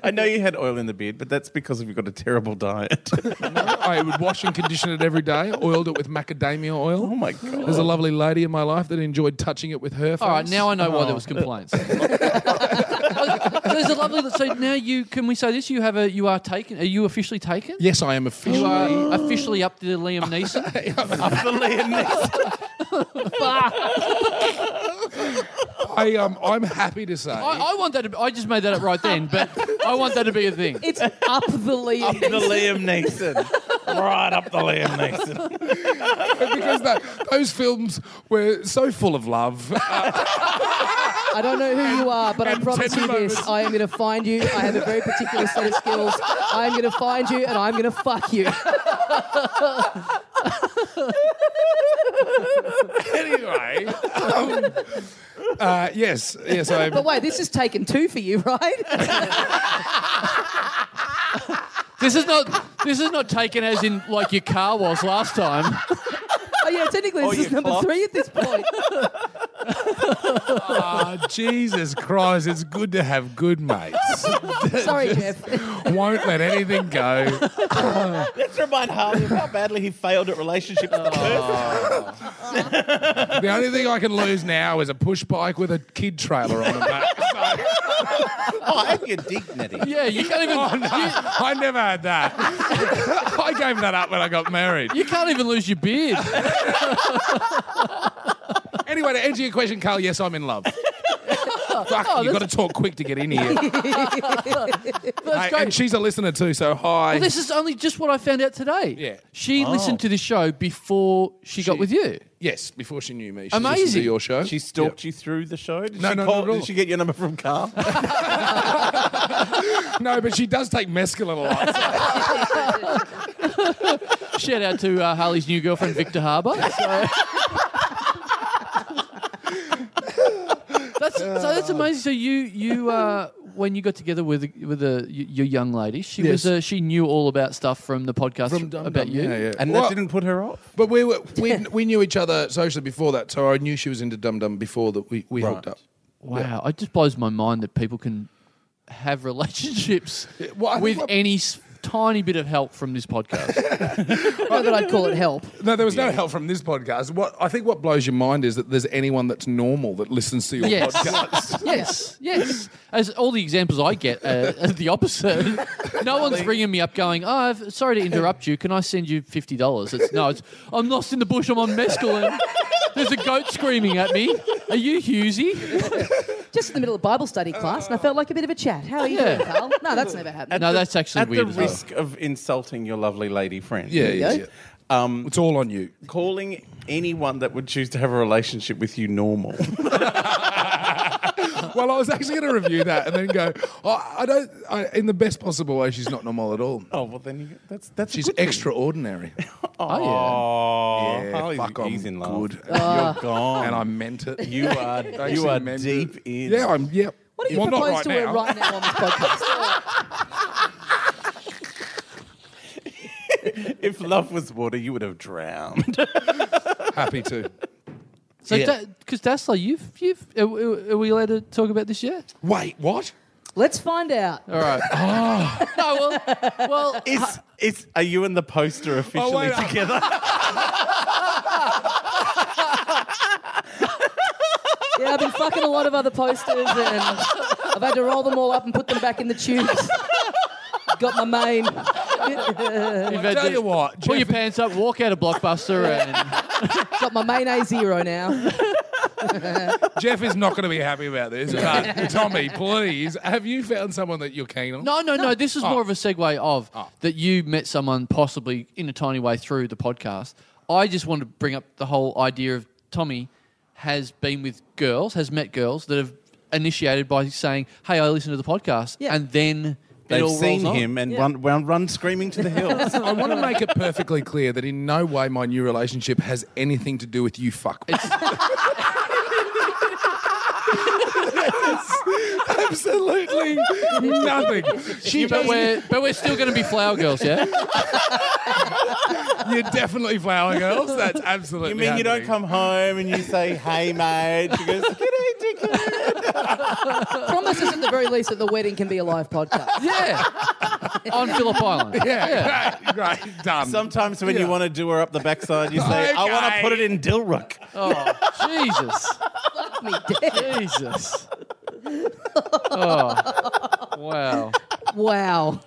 D: I know you had oil in the beard, but that's because you've got a terrible diet.
C: I would wash and condition it every day, oiled it with macadamia oil.
D: oh my god!
C: There's a lovely lady in my life that enjoyed touching it with her. Face.
A: All right, now I know why there was complaints. There's a lovely. So now you can we say this? You have a you are taken. Are you officially taken?
C: Yes, I am
A: You
C: officially.
A: are officially up to the Liam Neeson.
C: I um, I'm happy to say.
A: I, I want that. To be, I just made that up right then, but I want that to be a thing.
B: It's up the lead.
D: the Liam Neeson, right up the Liam Neeson.
C: because that, those films were so full of love.
B: I don't know who you are, but I
C: and
B: promise
C: ten
B: you this:
C: moments.
B: I am going to find you. I have a very particular set of skills. I am going to find you, and I'm going to fuck you.
C: anyway, um, uh, yes, yes, I.
B: But wait, this is taken two for you, right?
A: This is not. This is not taken as in like your car was last time.
B: Oh yeah, technically
D: Oh,
B: this is
D: you
B: number
D: clock.
B: three at this point.
C: Ah, Jesus Christ! It's good to have good mates.
B: Sorry, Jeff.
C: Won't let anything go.
D: Let's remind Harley of how badly he failed at relationships. the first.
C: The only thing I can lose now is a push bike with a kid trailer on the back. So,
D: Oh, have your dignity.
A: Yeah, you can't even.
C: oh, no, I never had that. I gave that up when I got married.
A: You can't even lose your beard.
C: Anyway, to answer your question, Carl, yes, I'm in love. Fuck,
A: Oh,
C: you got to talk quick to get in here. Hey,
A: That's
C: and
A: great.
C: she's a listener too, so hi.
A: Well, this is only just what I found out today.
C: Yeah.
A: She
C: Oh.
A: listened to the show before she, got with you.
C: yes, before she knew me, she
A: Amazing.
C: listened to your show.
D: She stalked you through the show. Did
C: No,
D: she
C: no,
D: call,
C: not at all.
D: Did she get your number from Carl?
C: no, but she does take mescaline a lot. so-
A: Shout out to uh, Harley's new girlfriend, Victor Harbour. So. that's, so that's amazing. So you you uh, when you got together with with a, y- your young lady, she was
C: Yes.
A: uh, she knew all about stuff from the podcast
C: Dum
A: about
C: Dum,
A: you.
C: yeah, yeah.
D: And
C: Well,
D: that didn't put her off.
C: But we, were, we we knew each other socially before that, so I knew she was into Dum Dum before that we, we hooked
D: Right.
C: up.
A: Wow, it just blows my mind that people can have relationships
C: well, I think
A: with
C: what-
A: any s- tiny bit of help from this podcast.
B: Not that I'd call it help.
C: No, there was no help from this podcast. What I think what blows your mind is that there's anyone that's normal that listens to your
A: Yes.
C: podcast.
A: yes, yes. As all the examples I get uh, are the opposite. No one's ringing me up going, "Oh, I've, sorry to interrupt you. Can I send you fifty dollars?" It's no. It's I'm lost in the bush. I'm on mescaline. There's a goat screaming at me. Are you Husey?
B: Just in the middle of Bible study class, and I felt like a bit of a chat. How are you
A: Yeah.
B: doing, Carl? No, that's never happened.
A: No, that's actually
D: At
A: weird.
D: the
A: as well.
D: risk of insulting your lovely lady friend.
C: yeah, yeah,
B: you
C: yeah. Um, it's all on you.
D: Calling anyone that would choose to have a relationship with you normal.
C: Well, I was actually going to review that and then go. Oh, I don't. I, in the best possible way, she's not normal at all.
D: oh well, then you, that's that's
C: She's extraordinary.
A: Oh,
D: Oh,
C: Yeah,
D: Harley's-
C: fuck, I'm
D: he's in love.
C: good.
D: You're gone.
C: and I meant it.
D: you are you
C: Actually
D: are
C: meant
D: deep
C: it.
D: in.
C: Yeah, I'm. Yeah.
B: What do you
C: Well, not
B: propose to wear
C: now.
B: right now on this podcast?
D: if love was water, you would have drowned.
C: Happy to.
A: yeah. So, because Dassler, you've you've are, are we allowed to talk about this yet?
C: Wait, what?
B: Let's find out.
A: All right. No, well, well,
D: Is is are you and the poster officially
C: wait, I-
D: together?
B: Yeah, I've been fucking a lot of other posters, and I've had to roll them all up and put them back in the tubes. Got my main.
A: you've
C: I
A: had
C: tell
A: to-
C: you what,
A: Pull your
C: Jeff-
A: pants up, walk out of Blockbuster, and
B: Got my mayonnaise zero now.
C: Jeff is not going to be happy about this. But Tommy, please, have you found someone that you're keen on?
A: No, no, no. This is more of a segue of
C: Oh.
A: that you met someone possibly in a tiny way through the podcast. I just wanted to bring up the whole idea of Tommy has been with girls, has met girls that have initiated by saying, "Hey, I listen to the podcast,"
B: Yeah.
A: and then it
D: They've
A: all
D: seen
A: rolls on.
D: him and
B: Yeah.
D: run, run, run screaming to the hills.
C: I want to make it perfectly clear that in no way my new relationship has anything to do with you fuck. Absolutely nothing. She
A: But
C: doesn't-
A: we're but we're still going to be flower girls, yeah.
C: You're definitely flower girls. That's absolutely.
D: you mean you don't
C: happening.
D: come home and you say, hey, mate? She goes, "G'day, dickhead."
B: Promise us at the very least that the wedding can be a live podcast.
A: yeah, on Phillip Island.
C: Yeah, Great, great, done.
D: Sometimes when
C: Yeah.
D: you want to do her up the backside, you say, I want
C: Okay.
D: to put it in Dilrook.
A: Oh, Jesus,
B: Fuck me dead.
A: Jesus. Oh, wow.
B: Wow.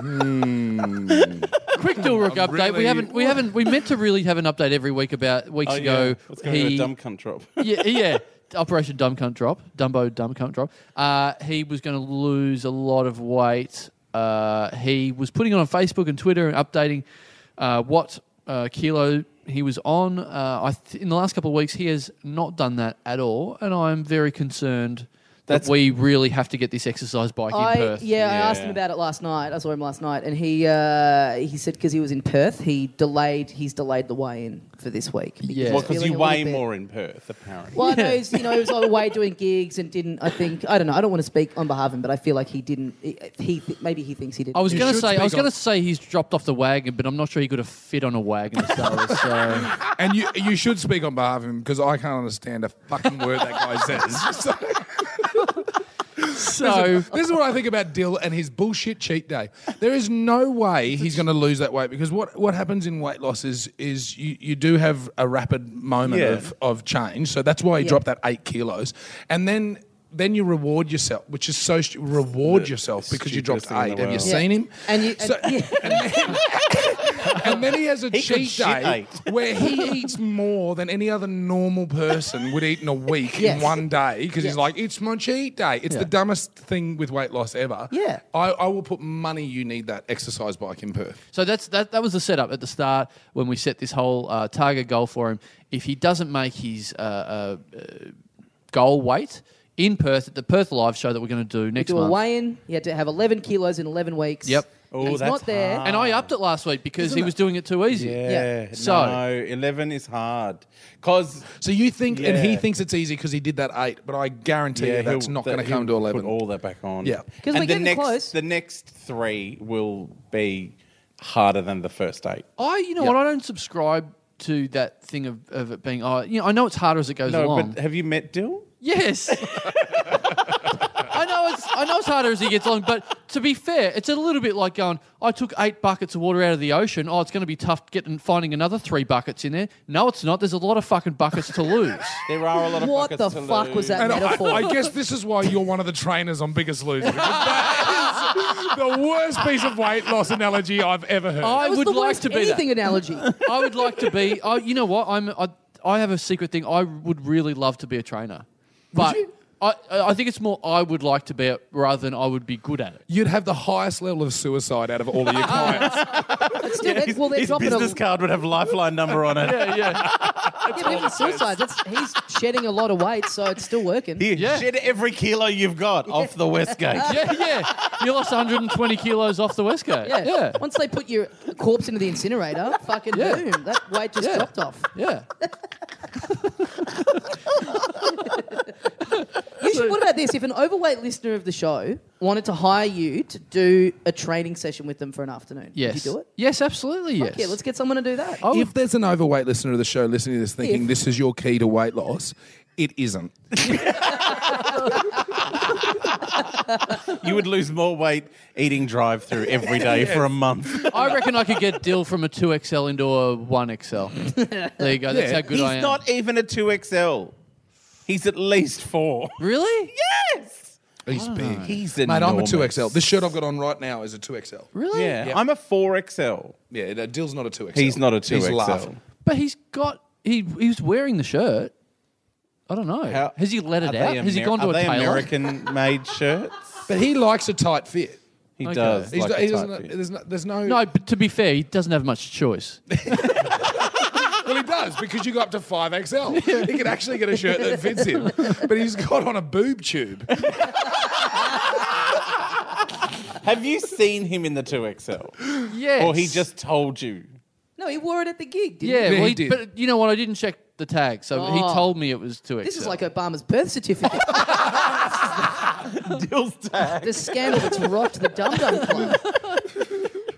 A: Quick Dilrook update.
C: really-
A: We haven't, we haven't, we meant to really have an update every week about
D: Oh,
A: weeks ago.
D: Let's go to
A: he-
D: a dumb cunt drop.
A: yeah, yeah. Operation Dumb Cunt Drop, Dumbo Dumb Cunt Drop. Uh, he was going to lose a lot of weight. Uh, he was putting it on Facebook and Twitter and updating uh, what uh, kilo he was on. Uh, I th- in the last couple of weeks, he has not done that at all, and I'm very concerned
D: That's-
A: that we really have to get this exercise bike
B: I,
A: in Perth.
B: Yeah, I asked
D: Yeah.
B: him about it last night. I saw him last night, and he uh, he said because he was in Perth, he delayed he's delayed the weigh in for this week. because
A: Yeah.
B: he's
A: Well,
D: Because
B: feeling
D: you
B: a little
D: weigh
B: bit-
D: more in Perth, apparently.
B: Well, I know he's, you know he was away doing gigs and didn't. I think I don't know. I don't want to speak on behalf of him, but I feel like he didn't. He, he th- maybe he thinks he didn't.
A: I was
C: You
A: going to
C: should
A: say I
C: speak
A: was going
C: on-
A: to say he's dropped off the wagon, but I'm not sure he could have fit on a wagon. So, so.
C: And you you should speak on behalf of him because I can't understand a fucking word that guy says. So,
A: so
C: this is what I think about Dill and his bullshit cheat day. There is no way he's going to lose that weight because what, what happens in weight loss is is you, you do have a rapid moment
D: Yeah.
C: of, of change. So that's why he
B: Yeah.
C: dropped that eight kilos, and then. Then you reward yourself, which is so stu- reward yourself because you dropped
D: stupidest thing in
C: eight. Have
D: the
C: you
D: world.
B: Yeah.
C: seen him?
B: And you-
C: So-
B: and- yeah.
C: And then he has a
D: He could
C: cheat
D: shit
C: day
D: eight.
C: where he eats more than any other normal person would eat in a week
B: Yes.
C: in one day because
B: Yes.
C: he's like, it's my cheat day. It's
A: Yeah.
C: the dumbest thing with weight loss ever.
B: Yeah.
C: I, I will put money you need that exercise bike in Perth.
A: So that's that. That was the setup at the start when we set this whole uh, target goal for him. If he doesn't make his uh, uh, uh, goal weight in Perth at the Perth Live show that we're going to do next
B: do a
A: month,
B: weigh in. You had to have 11 kilos in 11 weeks.
A: Yep.
B: And
D: Oh,
B: he's
D: that's
B: not there.
D: hard.
A: and I upped it last week because he was doing it too easy.
D: Yeah.
A: So-
D: no, eleven is hard because
C: So you think, and he
D: Yeah.
C: thinks it's easy because he did that eight, but I guarantee
D: yeah,
C: you that's
D: he'll-
C: not going to
D: that
C: come to
D: he'll
C: 11.
D: Put all that back on.
C: Yeah.
B: 'Cause we're
D: and the
B: getting
D: next
B: close.
D: the next three will be harder than the first eight.
A: I, you know
C: Yep.
A: what? I don't subscribe to that thing of, of it being. Oh, you know, I know it's harder as it goes
D: No,
A: along.
D: but have you met Dill?
A: yes. I know it's I know it's harder as he gets along, but to be fair, it's a little bit like going. I took eight buckets of water out of the ocean. Oh, it's going to be tough getting finding another three buckets in there. No, it's not. There's a lot of fucking buckets to lose.
D: There are a lot of
B: What
D: buckets
B: the
D: to
B: fuck
D: lose.
B: was that
C: And I,
B: metaphor?
C: I guess this is why you're one of the trainers on Biggest Loser. because that is the worst piece of weight loss analogy I've ever heard.
A: I
B: That was
A: would
B: the
A: like
B: worst
A: to be that.
B: anything analogy.
A: I would like to be. I, you know what? I'm. I, I have a secret thing. I would really love to be a trainer, but I, I think it's more I would like to be it rather than I would be good at it.
C: You'd have the highest level of suicide out of all of your clients.
B: But still, that's-
D: His,
B: well, they're
D: his
B: dropping
D: business
B: a,
D: card would have lifeline number on it.
A: Yeah, yeah.
B: yeah, but even suicide. That's, he's shedding a lot of weight, so it's still working.
D: Here,
A: Yeah.
D: shed every kilo you've got off the west gate.
A: Yeah, yeah. You lost 120 kilos off the West Coast.
B: Yeah.
A: Yeah.
B: Once they put your corpse into the incinerator, fucking
A: Yeah.
B: boom, that weight just
A: Yeah.
B: dropped off.
A: Yeah.
B: You should, what about this? If an overweight listener of the show wanted to hire you to do a training session with them for an afternoon,
A: Yes.
B: would you do it?
A: Yes, absolutely. Yes. Oh.
B: Yeah, let's get someone to do that.
D: Oh.
A: I would-
C: If there's an overweight listener to the show listening to this thinking
B: If.
C: this is your key to weight loss, it isn't.
D: You would lose more weight eating drive through every day for a month.
A: I reckon I could get Dill from a 2XL into a 1XL. There you go. That's
C: Yeah.
A: how good
D: He's
A: I am.
D: not even a 2XL. He's at least four.
A: really?
D: Yes!
C: He's
D: Ah.
C: big.
D: He's
C: Mate,
D: enormous.
C: I'm a 2XL. This shirt I've got on right now is a 2XL.
A: Really?
D: Yeah, I'm a 4XL.
C: Yeah, no, Dill's not a 2XL.
D: He's not a
C: He's
D: 2XL.
C: laughing.
A: But he's got he he was wearing the shirt. I don't know.
D: How-
A: Has he let it
D: Are
A: out?
D: they
A: Has he
D: Ameri-
A: gone to
D: are
A: a
D: they
A: tailor?
D: American made shirts?
C: But he likes a tight fit.
D: He
A: Okay.
D: does.
C: He's
D: like
C: not-
D: a
C: he
D: tight
C: doesn't,
D: fit.
C: there's, no, there's no.
A: No, but to be fair, he doesn't have much choice.
C: Well, he does because you go up to 5XL. He can actually get a shirt that fits him. But he's got on a boob tube.
D: Have you seen him in the 2XL?
A: yes.
D: Or he just told you?
B: No, he wore it at the gig. Didn't
A: Yeah,
C: Yeah,
A: well,
C: he
A: he-
C: did.
A: but you know what? I didn't check the tag, so he
B: Oh.
A: told me it was two.
B: he? This is like Obama's birth certificate.
D: Dill's tag.
B: the scandal that's rocked the Dum Dum Club.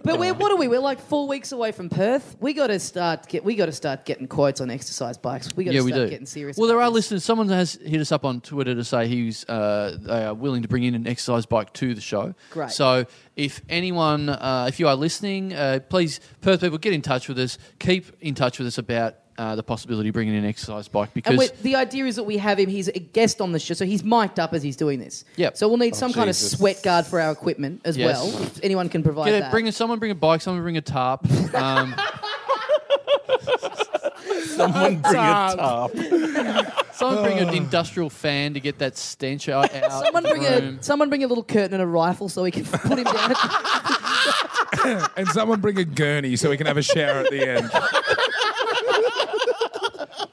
B: But we're, what are we? We're like four weeks away from Perth. We got to start get. We got to start getting quotes on exercise bikes. We got to
A: yeah, we
B: start
A: do.
B: getting serious.
A: well, there
B: about
A: are
B: this.
A: listeners. Someone has hit us up on Twitter to say he's uh, they are willing to bring in an exercise bike to the show.
B: Great.
A: So if anyone, uh, if you are listening, uh, please, Perth people, get in touch with us. Keep in touch with us about uh, the possibility of bringing in an exercise bike
B: And we
A: because
B: the idea is that we have him. He's a guest on the show, so he's mic'd up as he's doing this.
A: Yep.
B: So we'll need some kind of
D: Jesus.
B: sweat guard for our equipment as
A: Yes.
B: well. If anyone can provide
A: get it,
B: that.
A: bring a, someone, bring a bike, someone bring a tarp. Um,
D: Someone bring a
C: Tarp.
D: tarp.
A: someone bring an industrial fan to get that stench out. out
B: Oh. someone
A: of the
B: bring
A: room.
B: a someone bring a little curtain and a rifle so we can put him down.
C: And someone bring a gurney so we can have a shower at the end.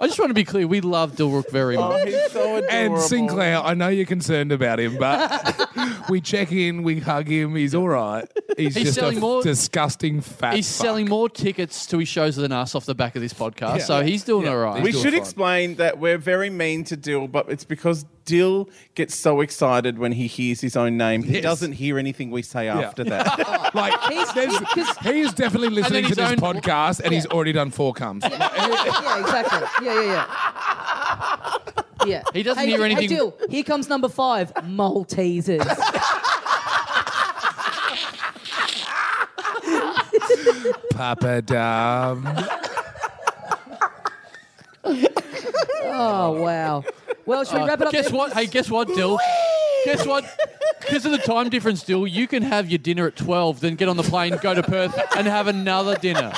A: I just want to be clear. We love Dilrook very much.
D: Oh, he's so adorable.
C: And Sinclair, I know you're concerned about him, but we check in, we hug him, he's all right. He's,
A: He's
C: just
A: selling
C: a
A: more-
C: disgusting fat.
A: He's
C: fuck.
A: selling more tickets to his shows than us off the back of this podcast,
C: Yeah.
A: so he's doing
C: Yeah.
A: all right.
D: We
C: Dill's
D: should
C: fine.
D: explain that we're very mean to Dill, but it's because Dill gets so excited when he hears his own name. He
C: Yes.
D: doesn't hear anything we say after that.
C: Like
B: He's-
C: there's-
B: he- 'cause-
C: he is definitely listening to
A: his
C: this
A: own-
C: podcast, and he's already done four comes.
B: yeah, exactly. Yeah, yeah, yeah. Yeah.
A: He doesn't
B: hey,
A: hear
B: Di-
A: anything-
B: Hey, Dill, here comes number five Maltesers.
C: Papa Dum.
B: oh, wow. Well, should we wrap it up?
A: Uh, guess
B: there?
A: what? Hey, guess what, Dill? guess what? Because of the time difference, Dill, you can have your dinner at twelve, then get on the plane, go to Perth, and have another dinner.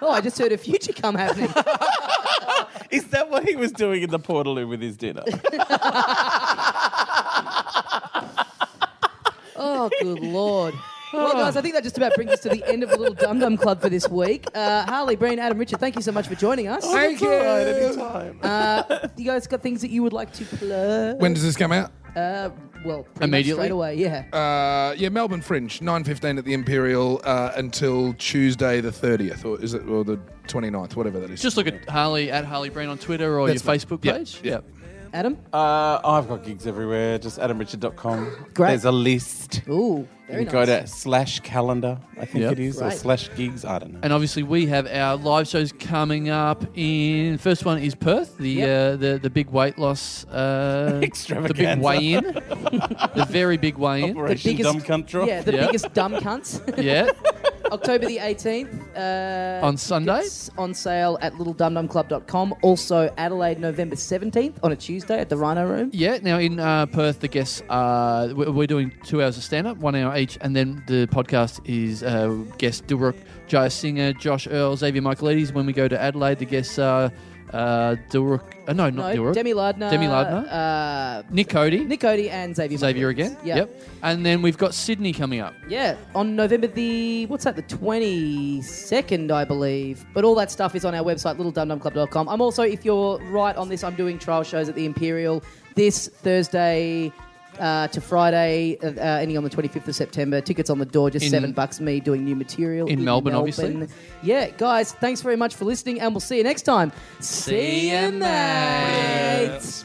B: Oh, I just heard a future come happening.
D: Is that what he was doing in the Portaloo with his dinner?
B: Oh, good lord.
A: Oh.
B: Well, guys, I think that just about brings us to the end of the Little Dum Dum Club for this week. Uh, Harley, Breen, Adam, Richard, thank you so much for joining
A: Oh.
B: us.
C: Thank you.
D: Time.
B: Uh, you guys got things that you would like to plug?
C: When does this come out?
B: Uh, well, pretty much
A: Immediately?
B: straight away, yeah.
C: Uh, yeah, Melbourne Fringe, nine fifteen at the Imperial uh, until Tuesday the thirtieth, or is it or the 29th, whatever that is.
A: Just look at Harley at Harley Breen on Twitter or
C: That's
A: your
C: me.
A: Facebook
C: Yeah,
A: page.
C: yeah.
B: Adam?
D: Uh, I've got gigs everywhere. Just adamrichard.com.
B: Great.
D: There's a list.
B: Ooh, very
D: You
B: nice.
D: go to slash calendar, I think
A: Yep.
D: it is,
B: Right.
D: or slash gigs. I don't know.
A: And obviously, we have our live shows coming up. In first one is Perth, the
B: Yep.
A: uh, the the big weight loss uh, the big
D: Extravaganza.
A: weigh in, the very big weigh
C: Oh,
A: in.
D: Operation Dumb Country.
B: Yeah, the
A: Yeah.
B: biggest dumb cunts.
A: Yeah,
B: October the 18th. Uh,
A: on Sunday.
B: It's on sale at littledumdumclub.com. Also, Adelaide, November 17th on a Tuesday at the Rhino Room.
A: Yeah, now in uh, Perth, the guests are we- we're doing two hours of stand up, one hour each, and then the podcast is uh, guest Dilrook, Jaya Singer, Josh Earl, Xavier Michaelides. When we go to Adelaide, the guests are uh, Dilrook, uh, no, not
B: No,
A: Dilrook,
B: Demi Lardner.
A: Demi Lardner.
B: Uh,
A: Nick Cody,
B: Nick Cody and Xavier.
A: Xavier
B: Michaelis.
A: again.
B: Yeah.
A: Yep. And then we've got Sydney coming up.
B: Yeah. On November the what's that? The twenty second, I believe. But all that stuff is on our website, littledumdumclub.com. I'm also, if you're right on this, I'm doing trial shows at the Imperial this Thursday. Uh, to Friday, uh, uh, ending on the 25th of September. Tickets on the door, just
A: In-
B: seven bucks. Me doing new material
A: in Melbourne, obviously.
B: Yeah, guys, thanks very much for listening, and we'll see you next time. See,
A: you,
B: you, mates.